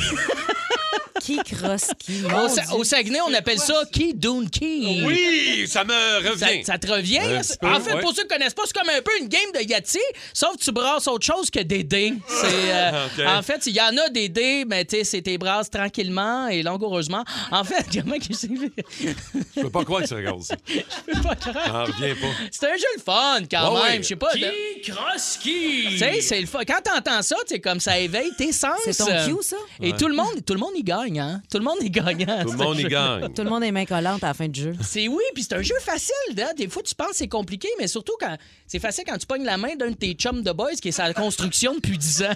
[SPEAKER 5] Qui crosse qui?
[SPEAKER 6] Au,
[SPEAKER 5] Mon
[SPEAKER 6] Sa-
[SPEAKER 5] Dieu.
[SPEAKER 6] au Saguenay, on appelle ça qui Doon Key.
[SPEAKER 4] Oui, ça me
[SPEAKER 6] Ça,
[SPEAKER 4] revient.
[SPEAKER 6] ça te revient.
[SPEAKER 4] Un
[SPEAKER 6] là?
[SPEAKER 4] petit peu,
[SPEAKER 6] en fait,
[SPEAKER 4] ouais.
[SPEAKER 6] pour ceux qui connaissent pas, c'est comme un peu une game de Yahtzee, sauf que tu brasses autre chose que des dés. C'est, euh,
[SPEAKER 4] Ok.
[SPEAKER 6] En fait, il y en a des dés, mais tu sais, c'est tes brasses tranquillement et langoureusement. En fait, comment que j'ai...
[SPEAKER 4] Je peux pas croire que tu regardes ça.
[SPEAKER 6] C'est pas grave.
[SPEAKER 4] J'en reviens pas.
[SPEAKER 6] C'est un jeu le fun quand
[SPEAKER 4] Ouais,
[SPEAKER 6] même.
[SPEAKER 4] ouais.
[SPEAKER 6] Je sais pas. de- Tu sais, c'est le fun. Quand t'entends ça, c'est comme ça éveille tes sens.
[SPEAKER 5] C'est ton cue, ça?
[SPEAKER 6] Et tout le monde, tout le monde y gagne, hein? Tout le monde y gagne.
[SPEAKER 4] Tout le monde y gagne.
[SPEAKER 5] Tout le monde est main collante à la fin du jeu.
[SPEAKER 6] C'est oui, puis c'est un jeu facile. hein. Des fois, tu penses que c'est compliqué, mais surtout quand c'est facile quand tu pognes la main d'un de tes chums de boys qui est sa construction depuis 10 ans.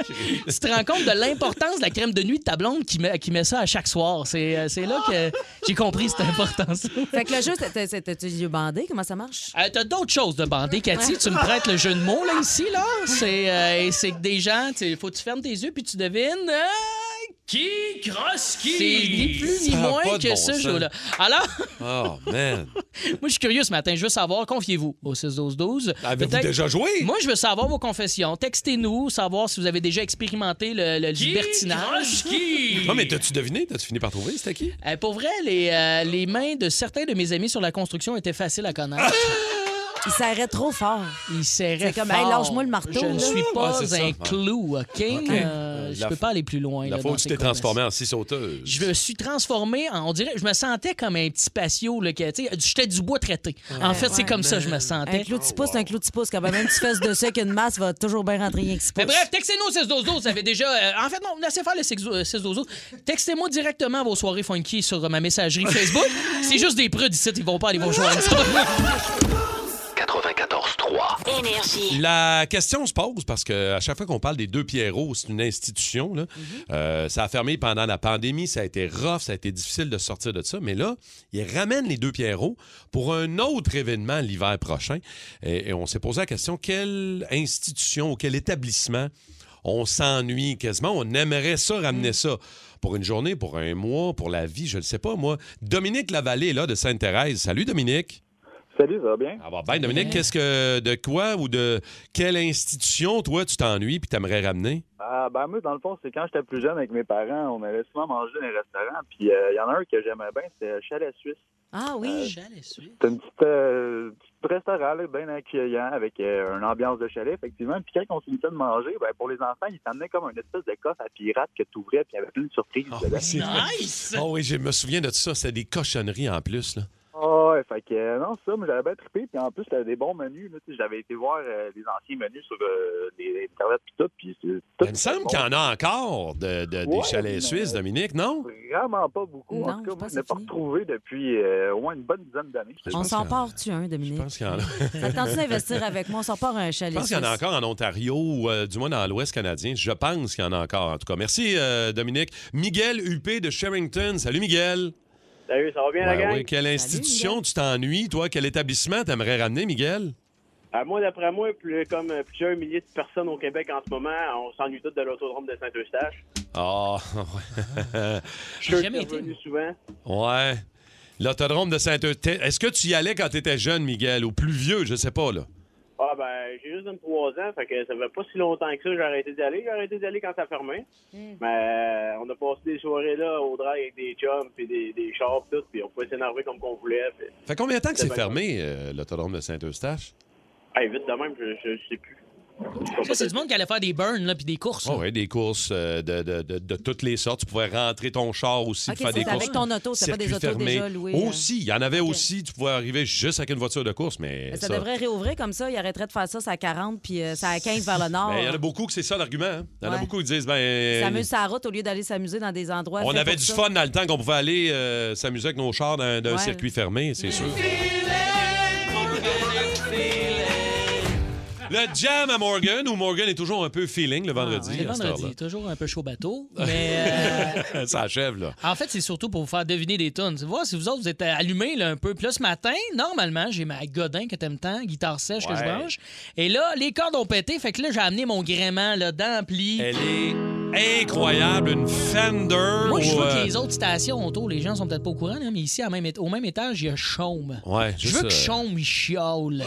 [SPEAKER 6] tu te rends compte de l'importance de la crème de nuit de ta blonde qui met, qui met ça à chaque soir. C'est euh, c'est là que j'ai compris cette importance.
[SPEAKER 5] Fait que le jeu, c'était- c'était- t'as-tu les yeux bandés? Comment ça marche?
[SPEAKER 6] Euh, T'as d'autres choses de bandé, Cathy. Tu me prêtes le jeu de mots, là, ici, là. C'est euh, et c'est que des gens, il faut que tu fermes tes yeux puis tu devines. euh, C'est ni plus ni
[SPEAKER 4] Ça a
[SPEAKER 6] moins
[SPEAKER 4] pas de
[SPEAKER 6] que
[SPEAKER 4] bon
[SPEAKER 6] ce
[SPEAKER 4] sens.
[SPEAKER 6] jeu-là. Alors,
[SPEAKER 4] Oh, man.
[SPEAKER 6] moi, je suis curieux ce matin. Je veux savoir, confiez-vous au 6-12-12.
[SPEAKER 4] Avez-vous
[SPEAKER 6] Peut-être-
[SPEAKER 4] déjà joué?
[SPEAKER 6] Moi, je veux savoir vos confessions. Textez-nous, savoir si vous avez déjà expérimenté le, le libertinage.
[SPEAKER 4] Non, mais t'as-tu deviné? T'as-tu fini par trouver? C'était qui?
[SPEAKER 6] Euh, pour vrai, les, euh, les mains de certains de mes amis sur la construction étaient faciles à connaître.
[SPEAKER 5] Il serrait trop fort.
[SPEAKER 6] Ils serraient
[SPEAKER 5] C'est comme,
[SPEAKER 6] fort.
[SPEAKER 5] Hey, lâche-moi le marteau,
[SPEAKER 6] Je ne
[SPEAKER 5] là.
[SPEAKER 6] suis pas
[SPEAKER 4] Ah, c'est ça.
[SPEAKER 6] un
[SPEAKER 4] Ouais.
[SPEAKER 6] clou, OK? Euh,
[SPEAKER 4] Euh,
[SPEAKER 6] je
[SPEAKER 4] la
[SPEAKER 6] peux
[SPEAKER 4] fa-
[SPEAKER 6] pas aller plus loin.
[SPEAKER 4] La
[SPEAKER 6] là,
[SPEAKER 4] fois où
[SPEAKER 6] dans
[SPEAKER 4] tu
[SPEAKER 6] ces
[SPEAKER 4] t'es transformé
[SPEAKER 6] confessions.
[SPEAKER 4] en six sauteuse.
[SPEAKER 6] Je me suis transformé en, on dirait, je me sentais comme un petit patio, là, que, tu sais, j'étais du bois traité. en fait, c'est comme ça, je me
[SPEAKER 5] Un
[SPEAKER 6] sentais.
[SPEAKER 5] clou de six
[SPEAKER 4] Oh,
[SPEAKER 5] pouces, c'est un clou de six pouces. Quand même, tu fesses de ça qu'une masse va toujours bien rentrer rien que six
[SPEAKER 6] Mais
[SPEAKER 5] pouces.
[SPEAKER 6] bref, textez-nous au 6 12 12 Vous avez déjà. euh, en fait, non, laissez faire le 6 12 Textez-moi directement vos soirées funky sur euh, ma messagerie Facebook. C'est juste des prudes ici, ils vont pas aller vous rejoindre. Ça va?
[SPEAKER 9] 94-3.
[SPEAKER 1] Oh, Énergie.
[SPEAKER 4] La question se pose parce que à chaque fois qu'on parle des deux Pierrots, c'est une institution. là. Euh, ça a fermé pendant la pandémie, ça a été rough, ça a été difficile de sortir de ça. Mais là, ils ramènent les deux Pierrots pour un autre événement l'hiver prochain. Et, et on s'est posé la question quelle institution ou quel établissement on s'ennuie quasiment, on aimerait ça ramener ça pour une journée, pour un mois, pour la vie, je ne sais pas moi. Dominique Lavallée est là de Sainte-Thérèse. Salut Dominique.
[SPEAKER 7] Salut, ça va bien?
[SPEAKER 4] Ah bah ben, Dominique, qu'est-ce que de quoi ou de quelle institution toi tu t'ennuies puis t'aimerais ramener
[SPEAKER 7] Ah, ben, moi, dans le fond, c'est quand j'étais plus jeune avec mes parents, on allait souvent manger dans les restaurants. Puis, euh, il y en a un que j'aimais bien, c'est Chalet Suisse. Euh,
[SPEAKER 5] Ah oui.
[SPEAKER 7] C'est un petit, euh, petit restaurant là, bien accueillant avec euh, une ambiance de chalet, effectivement. Puis quand on finissait de manger, ben, pour les enfants, ils t'emmenaient comme une espèce de coffre à pirate que tu ouvrais, puis il y avait plein de surprises
[SPEAKER 6] Ah,
[SPEAKER 7] dedans.
[SPEAKER 6] Nice!
[SPEAKER 4] Oh oui, je me souviens de ça, c'était des cochonneries en plus là.
[SPEAKER 7] Ah, ouais, fait que euh, non, ça, moi, j'avais bien trippé. Puis en plus, t'avais des bons menus. là. Tu sais, J'avais été voir euh, les anciens menus sur euh, les internet puis tout. Puis c'est- tout
[SPEAKER 4] Il me semble
[SPEAKER 7] bon.
[SPEAKER 4] qu'il y en a encore de, de- des
[SPEAKER 7] Ouais,
[SPEAKER 4] chalets
[SPEAKER 7] mais-
[SPEAKER 4] suisses, Dominique, non
[SPEAKER 7] Vraiment pas beaucoup.
[SPEAKER 5] Non,
[SPEAKER 7] en tout
[SPEAKER 5] je
[SPEAKER 7] cas, moi,
[SPEAKER 5] pense
[SPEAKER 7] je n'ai
[SPEAKER 5] que
[SPEAKER 7] pas
[SPEAKER 5] c'est fini.
[SPEAKER 7] retrouvé depuis euh, au moins une bonne dizaine d'années.
[SPEAKER 5] On
[SPEAKER 4] pense
[SPEAKER 5] s'en
[SPEAKER 4] que-
[SPEAKER 5] part-tu un,
[SPEAKER 4] Je
[SPEAKER 5] Dominique?
[SPEAKER 4] pense qu'il y en a.
[SPEAKER 5] Ça te tente d'investir avec moi? On s'en part un chalet.
[SPEAKER 4] Je pense qu'il y en a encore en Ontario ou euh, du moins dans l'Ouest canadien. Je pense qu'il y en a encore en tout cas. Merci euh, Dominique. Miguel Huppé de Sherrington. Salut Miguel.
[SPEAKER 7] Salut, ça va bien,
[SPEAKER 4] Ouais, oui, quelle institution tu t'ennuies toi Quel établissement t'aimerais ramener Miguel
[SPEAKER 7] À moi, d'après moi, plus, comme plusieurs milliers de personnes au Québec en ce moment, on s'ennuie toutes de l'autodrome de Saint-Eustache.
[SPEAKER 4] Ah ouais.
[SPEAKER 6] J'ai jamais été.
[SPEAKER 7] souvent.
[SPEAKER 4] Ouais. L'autodrome de Saint-Eustache. Est-ce que tu y allais quand tu étais jeune, Miguel, ou plus vieux, je sais pas, là?
[SPEAKER 7] Ah ben, j'ai juste 23 ans, fait que ça fait pas si longtemps que ça, j'ai arrêté d'y aller. J'ai arrêté d'y aller quand ça fermait.
[SPEAKER 6] Hmm.
[SPEAKER 7] Mais euh, on a passé des soirées là au drive avec des chums, puis des, des chars, pis tout, puis on pouvait s'énerver comme qu'on voulait. Puis...
[SPEAKER 4] Fait combien de temps que
[SPEAKER 7] C'est
[SPEAKER 4] c'est
[SPEAKER 7] bien.
[SPEAKER 4] fermé, euh, l'autodrome de Saint-Eustache?
[SPEAKER 7] Hey, vite de même, je, je- je sais plus.
[SPEAKER 6] Ça, c'est du monde qui allait faire des burns là, puis des courses.
[SPEAKER 4] Oh, ouais, des courses euh, de, de- de- de toutes les sortes. Tu pouvais rentrer ton char aussi,
[SPEAKER 5] OK,
[SPEAKER 4] faire des
[SPEAKER 5] c'est
[SPEAKER 4] courses.
[SPEAKER 5] avec ton auto. C'est pas des
[SPEAKER 4] circuit
[SPEAKER 5] autos
[SPEAKER 4] fermé.
[SPEAKER 5] déjà louées. euh.
[SPEAKER 4] Aussi, il y en avait aussi. Tu pouvais arriver juste avec une voiture de course, mais.
[SPEAKER 5] Mais ça,
[SPEAKER 4] ça-
[SPEAKER 5] devrait réouvrir comme ça. Il arrêterait de faire ça, c'est à 40, puis euh, c'est à 15 vers le nord.
[SPEAKER 4] Ben, Il y en a beaucoup que c'est ça l'argument. hein. Il y en a
[SPEAKER 5] Ouais.
[SPEAKER 4] beaucoup qui disent,
[SPEAKER 5] Ils
[SPEAKER 4] ben.
[SPEAKER 5] s'amusent sur la route au lieu d'aller s'amuser dans des endroits.
[SPEAKER 4] On
[SPEAKER 5] faits
[SPEAKER 4] avait
[SPEAKER 5] pour
[SPEAKER 4] du
[SPEAKER 5] ça.
[SPEAKER 4] fun dans le temps qu'on pouvait aller euh, s'amuser avec nos chars d'un d'un
[SPEAKER 5] Ouais.
[SPEAKER 4] circuit fermé, c'est sûr. Le jam à Morgan, où Morgan est toujours un peu
[SPEAKER 5] Ah,
[SPEAKER 4] feeling le vendredi.
[SPEAKER 6] C'est
[SPEAKER 4] à cette
[SPEAKER 6] vendredi, toujours un peu chaud bateau. Mais euh,
[SPEAKER 4] heure-là. Ça achève, là.
[SPEAKER 6] en fait, c'est surtout pour vous faire deviner des tunes. Tu vois, si vous autres, vous êtes euh, allumés là, un peu. Puis là, ce matin, normalement, j'ai ma Godin que t'aimes tant, guitare sèche que je
[SPEAKER 4] Ouais.
[SPEAKER 6] branche. Et là, les cordes ont pété. Fait que là, j'ai amené mon gréement là, d'ampli.
[SPEAKER 4] Elle est incroyable, une Fender.
[SPEAKER 6] Moi, je
[SPEAKER 4] ou,
[SPEAKER 6] trouve
[SPEAKER 4] euh,
[SPEAKER 6] que les autres stations autour, les gens sont peut-être pas au courant, là, mais ici, à même éta- au même étage, il y a Chaume.
[SPEAKER 4] Ouais,
[SPEAKER 6] Je
[SPEAKER 4] juste,
[SPEAKER 6] veux que
[SPEAKER 4] euh,
[SPEAKER 6] Chaume, il chiale.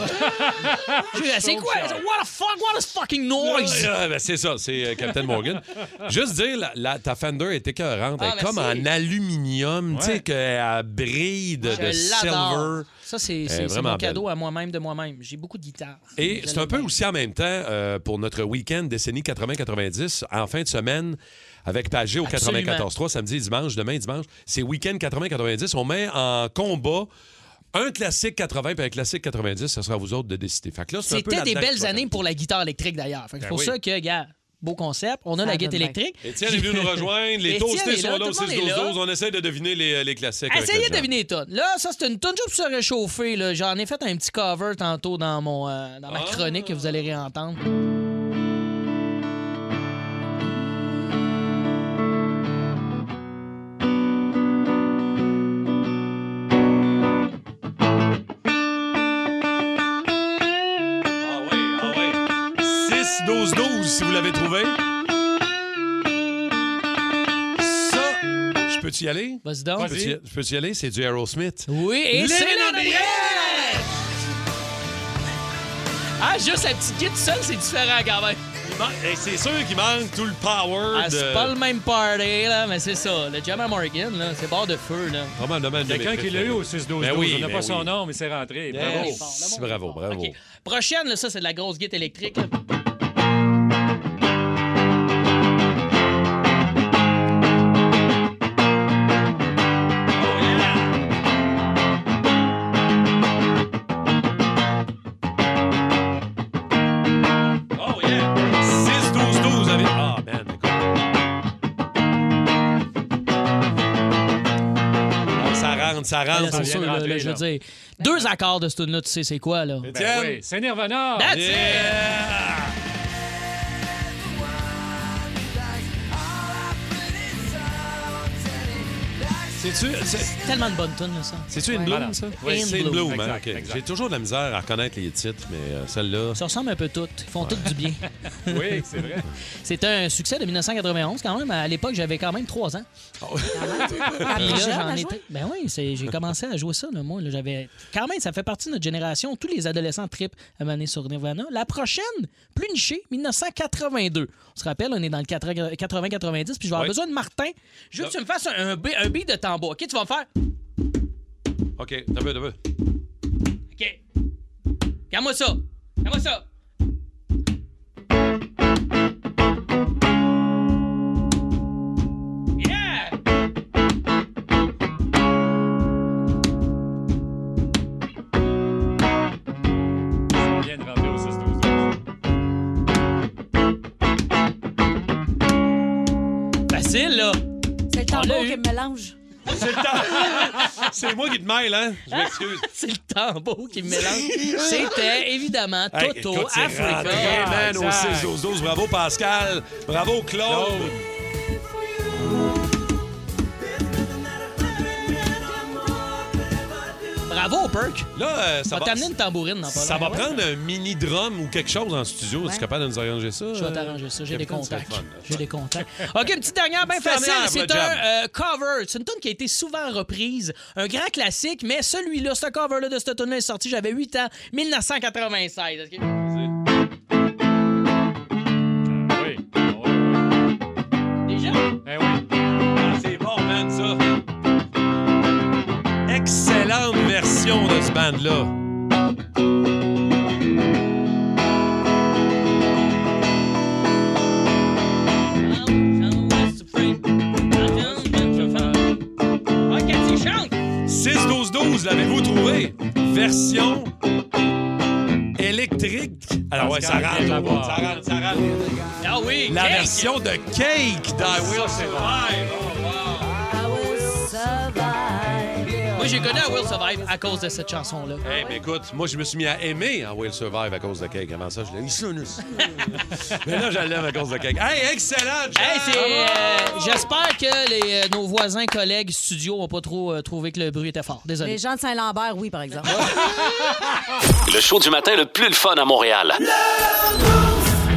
[SPEAKER 6] Je- C'est quoi? What the fuck? What the fucking
[SPEAKER 4] Ouais,
[SPEAKER 6] noise?
[SPEAKER 4] ouais, ben, c'est ça, c'est euh, Captain Morgan. Juste dire, la, la- ta Fender est écœurante. Elle
[SPEAKER 6] Ah,
[SPEAKER 4] est comme
[SPEAKER 6] merci.
[SPEAKER 4] en aluminium, tu sais,
[SPEAKER 3] Ouais.
[SPEAKER 4] qu'elle brille de, de
[SPEAKER 6] Je l'adore.
[SPEAKER 4] silver.
[SPEAKER 6] Ça, c'est
[SPEAKER 4] est
[SPEAKER 6] c'est- c'est
[SPEAKER 4] vraiment
[SPEAKER 6] mon cadeau
[SPEAKER 4] belle.
[SPEAKER 6] à moi-même de moi-même. J'ai beaucoup de guitares.
[SPEAKER 4] Et
[SPEAKER 6] Vous
[SPEAKER 4] c'est un
[SPEAKER 6] allez
[SPEAKER 4] peu
[SPEAKER 6] bien.
[SPEAKER 4] aussi en même temps euh, pour notre week-end décennie 80-90, en fin de semaine, avec Pagé au
[SPEAKER 6] Absolument.
[SPEAKER 4] 94-3, samedi, et dimanche, demain, et dimanche. C'est week-end 80-90. On met en combat un classique 80 puis un classique 90. Ça sera à vous autres de décider. Fait que là, c'est un peu
[SPEAKER 6] C'était des
[SPEAKER 4] là-dedans que
[SPEAKER 6] belles
[SPEAKER 4] je vais
[SPEAKER 6] années pour la guitare électrique, d'ailleurs. Fait que
[SPEAKER 4] Ben
[SPEAKER 6] C'est pour
[SPEAKER 4] oui.
[SPEAKER 6] ça que, gars, beau concept. On a
[SPEAKER 5] Ça
[SPEAKER 6] la
[SPEAKER 5] donne
[SPEAKER 6] guitare
[SPEAKER 5] bien.
[SPEAKER 6] électrique.
[SPEAKER 4] Étienne est venu nous rejoindre. Les
[SPEAKER 6] Étienne
[SPEAKER 4] toastés
[SPEAKER 6] est là,
[SPEAKER 4] sont là au
[SPEAKER 6] tout le monde est
[SPEAKER 4] 6-12-12.
[SPEAKER 6] là.
[SPEAKER 4] On essaie de deviner les, les classiques. avec
[SPEAKER 6] Essayez
[SPEAKER 4] le
[SPEAKER 6] de deviner les tonnes. Là, ça, c'est une tonne juste pour se réchauffer. là. J'en ai fait un petit cover tantôt dans, mon, euh, dans ma
[SPEAKER 4] Ah.
[SPEAKER 6] chronique que vous allez réentendre.
[SPEAKER 4] jam. Ah ouais, ah ouais. 6-12-12 si vous l'avez trouvé. peux-tu y aller?
[SPEAKER 6] Vas-y donc.
[SPEAKER 4] Je peux-tu y- Je peux-tu y aller? C'est du Aerosmith.
[SPEAKER 6] Oui, et
[SPEAKER 4] Lynn
[SPEAKER 6] c'est
[SPEAKER 4] André!
[SPEAKER 6] André! Ah, juste la petite guide seule, c'est différent quand même.
[SPEAKER 4] Il manque- hey, C'est sûr qu'il manque tout le power
[SPEAKER 6] Ah,
[SPEAKER 4] de...
[SPEAKER 6] c'est pas le même party, là, mais c'est ça. Le Jam à Morgan, là, c'est bord de feu, là.
[SPEAKER 4] Probablement un de mes
[SPEAKER 3] Quelqu'un qui l'a eu
[SPEAKER 4] préférés.
[SPEAKER 3] au 6-12-12.
[SPEAKER 4] Ben oui,
[SPEAKER 3] on n'a
[SPEAKER 4] ben
[SPEAKER 3] pas son
[SPEAKER 4] oui.
[SPEAKER 3] nom, mais c'est rentré.
[SPEAKER 6] Ben
[SPEAKER 4] Yes.
[SPEAKER 3] Bravo.
[SPEAKER 4] Bravo, bravo, bravo.
[SPEAKER 6] OK. Prochaine, là, ça, c'est de la grosse guide électrique. là.
[SPEAKER 4] Oh yeah! 6-12-12 avec... Ah, man, écoute. Ah, Ça rentre, ça
[SPEAKER 6] Là,
[SPEAKER 4] rentre.
[SPEAKER 6] Ben, c'est
[SPEAKER 3] vient
[SPEAKER 6] sûr,
[SPEAKER 3] de
[SPEAKER 6] là,
[SPEAKER 3] rentrer,
[SPEAKER 6] là, je veux
[SPEAKER 3] là.
[SPEAKER 6] dire. Deux accords de ce tune-là, tu sais, c'est quoi, là?
[SPEAKER 3] Ben
[SPEAKER 4] Étienne?
[SPEAKER 3] oui, c'est Nirvana.
[SPEAKER 6] That's it!
[SPEAKER 4] Yeah! C'est-tu c'est-
[SPEAKER 6] Tellement de bonne tune, là, ça.
[SPEAKER 4] c'est-tu une
[SPEAKER 3] Ouais.
[SPEAKER 4] bloom,
[SPEAKER 3] Voilà.
[SPEAKER 4] ça?
[SPEAKER 6] In
[SPEAKER 4] c'est une
[SPEAKER 6] Bloom.
[SPEAKER 4] bloom, hein,
[SPEAKER 3] Exact,
[SPEAKER 4] ok.
[SPEAKER 3] exact.
[SPEAKER 4] J'ai toujours de la misère à reconnaître les titres, mais euh, celle-là...
[SPEAKER 6] Ça ressemble un peu toutes. Ils font toutes du bien.
[SPEAKER 3] Oui, c'est vrai.
[SPEAKER 6] C'était un succès de 1991 quand même. À l'époque, j'avais quand même 3 ans.
[SPEAKER 3] Ah
[SPEAKER 6] Puis là,
[SPEAKER 5] jeune,
[SPEAKER 6] j'en
[SPEAKER 5] à
[SPEAKER 6] étais. Ben oui, c'est- j'ai commencé à jouer ça, là, moi. là, j'avais... Quand même, ça fait partie de notre génération. Tous les adolescents tripent à mener sur Nirvana. La prochaine, plus nichée, 1982. On se rappelle, on est dans le 80- 80-90, puis je vais avoir
[SPEAKER 4] Oui.
[SPEAKER 6] besoin de Martin. Je veux que tu me fasses un, un, bi- un beat de tambour. OK, tu vas me faire.
[SPEAKER 4] OK, t'as peu, t'as peu.
[SPEAKER 6] OK. Regarde-moi ça. Regarde-moi ça. Yeah!
[SPEAKER 3] On vient de rentrer au 6-12-12.
[SPEAKER 6] Facile, là.
[SPEAKER 5] C'est le
[SPEAKER 6] l'a
[SPEAKER 5] tambour
[SPEAKER 6] eu.
[SPEAKER 5] qui me mélange.
[SPEAKER 4] C'est moi qui te mêle, hein? Je m'excuse.
[SPEAKER 6] C'est le tambour qui me mélange. C'était évidemment
[SPEAKER 4] Hey,
[SPEAKER 6] Toto
[SPEAKER 4] écoute, c'est
[SPEAKER 6] Africa.
[SPEAKER 4] rentré, man, au
[SPEAKER 3] exact.
[SPEAKER 4] 6 12 12. Bravo Pascal, bravo Claude.
[SPEAKER 6] Bravo, Perk.
[SPEAKER 4] Là, euh,
[SPEAKER 6] Ça
[SPEAKER 4] ça
[SPEAKER 6] va
[SPEAKER 4] va,
[SPEAKER 6] t'amener une tambourine dans pas
[SPEAKER 4] ça
[SPEAKER 6] long.
[SPEAKER 4] va prendre un mini drum ou quelque chose en studio. Es-tu capable de nous arranger ça?
[SPEAKER 6] Je
[SPEAKER 4] euh,
[SPEAKER 6] vais t'arranger ça, j'ai des
[SPEAKER 4] Capitaine, c'est le
[SPEAKER 6] contacts.
[SPEAKER 4] fun, là.
[SPEAKER 6] J'ai des contacts. OK, une petite dernière bien
[SPEAKER 4] Petite dernière,
[SPEAKER 6] facile. C'est
[SPEAKER 4] Blowjob.
[SPEAKER 6] un euh, cover. C'est une tune qui a été souvent reprise. Un grand classique, mais celui-là, ce cover-là de cette tune-là est sorti, j'avais 8 ans, 1996. Est-ce que-
[SPEAKER 3] Ah oui. Ouais.
[SPEAKER 6] Déjà?
[SPEAKER 3] Eh oui.
[SPEAKER 4] Ah, c'est bon, man, ça. Excellente version de ce band-là.
[SPEAKER 6] OK, tu chantes.
[SPEAKER 4] 6-12-12, l'avez-vous trouvé? Version électrique. Alors, ouais, ça
[SPEAKER 3] Pascal
[SPEAKER 4] rentre.
[SPEAKER 3] vient
[SPEAKER 4] Ça
[SPEAKER 3] de la
[SPEAKER 4] rentre,
[SPEAKER 3] voir.
[SPEAKER 4] ça rentre, ça rentre.
[SPEAKER 6] Ah oui,
[SPEAKER 4] La
[SPEAKER 6] cake.
[SPEAKER 4] version de Cake d'I Will Survive.
[SPEAKER 6] Moi, j'ai connu I Will Survive à cause de cette chanson-là.
[SPEAKER 4] Eh ben écoute, moi je me suis mis à aimer en Will Survive à cause de Cake. Avant ça, je l'ai Mais là, je l'aime à cause de Cake. Hey, excellent, Jeff!
[SPEAKER 6] Hey, c'est, euh, J'espère que les, euh, nos voisins, collègues, studio n'ont pas trop euh, trouvé que le bruit était fort. Désolé.
[SPEAKER 5] Les gens de Saint-Lambert, oui, par exemple.
[SPEAKER 8] Le show du matin le plus le fun à Montréal.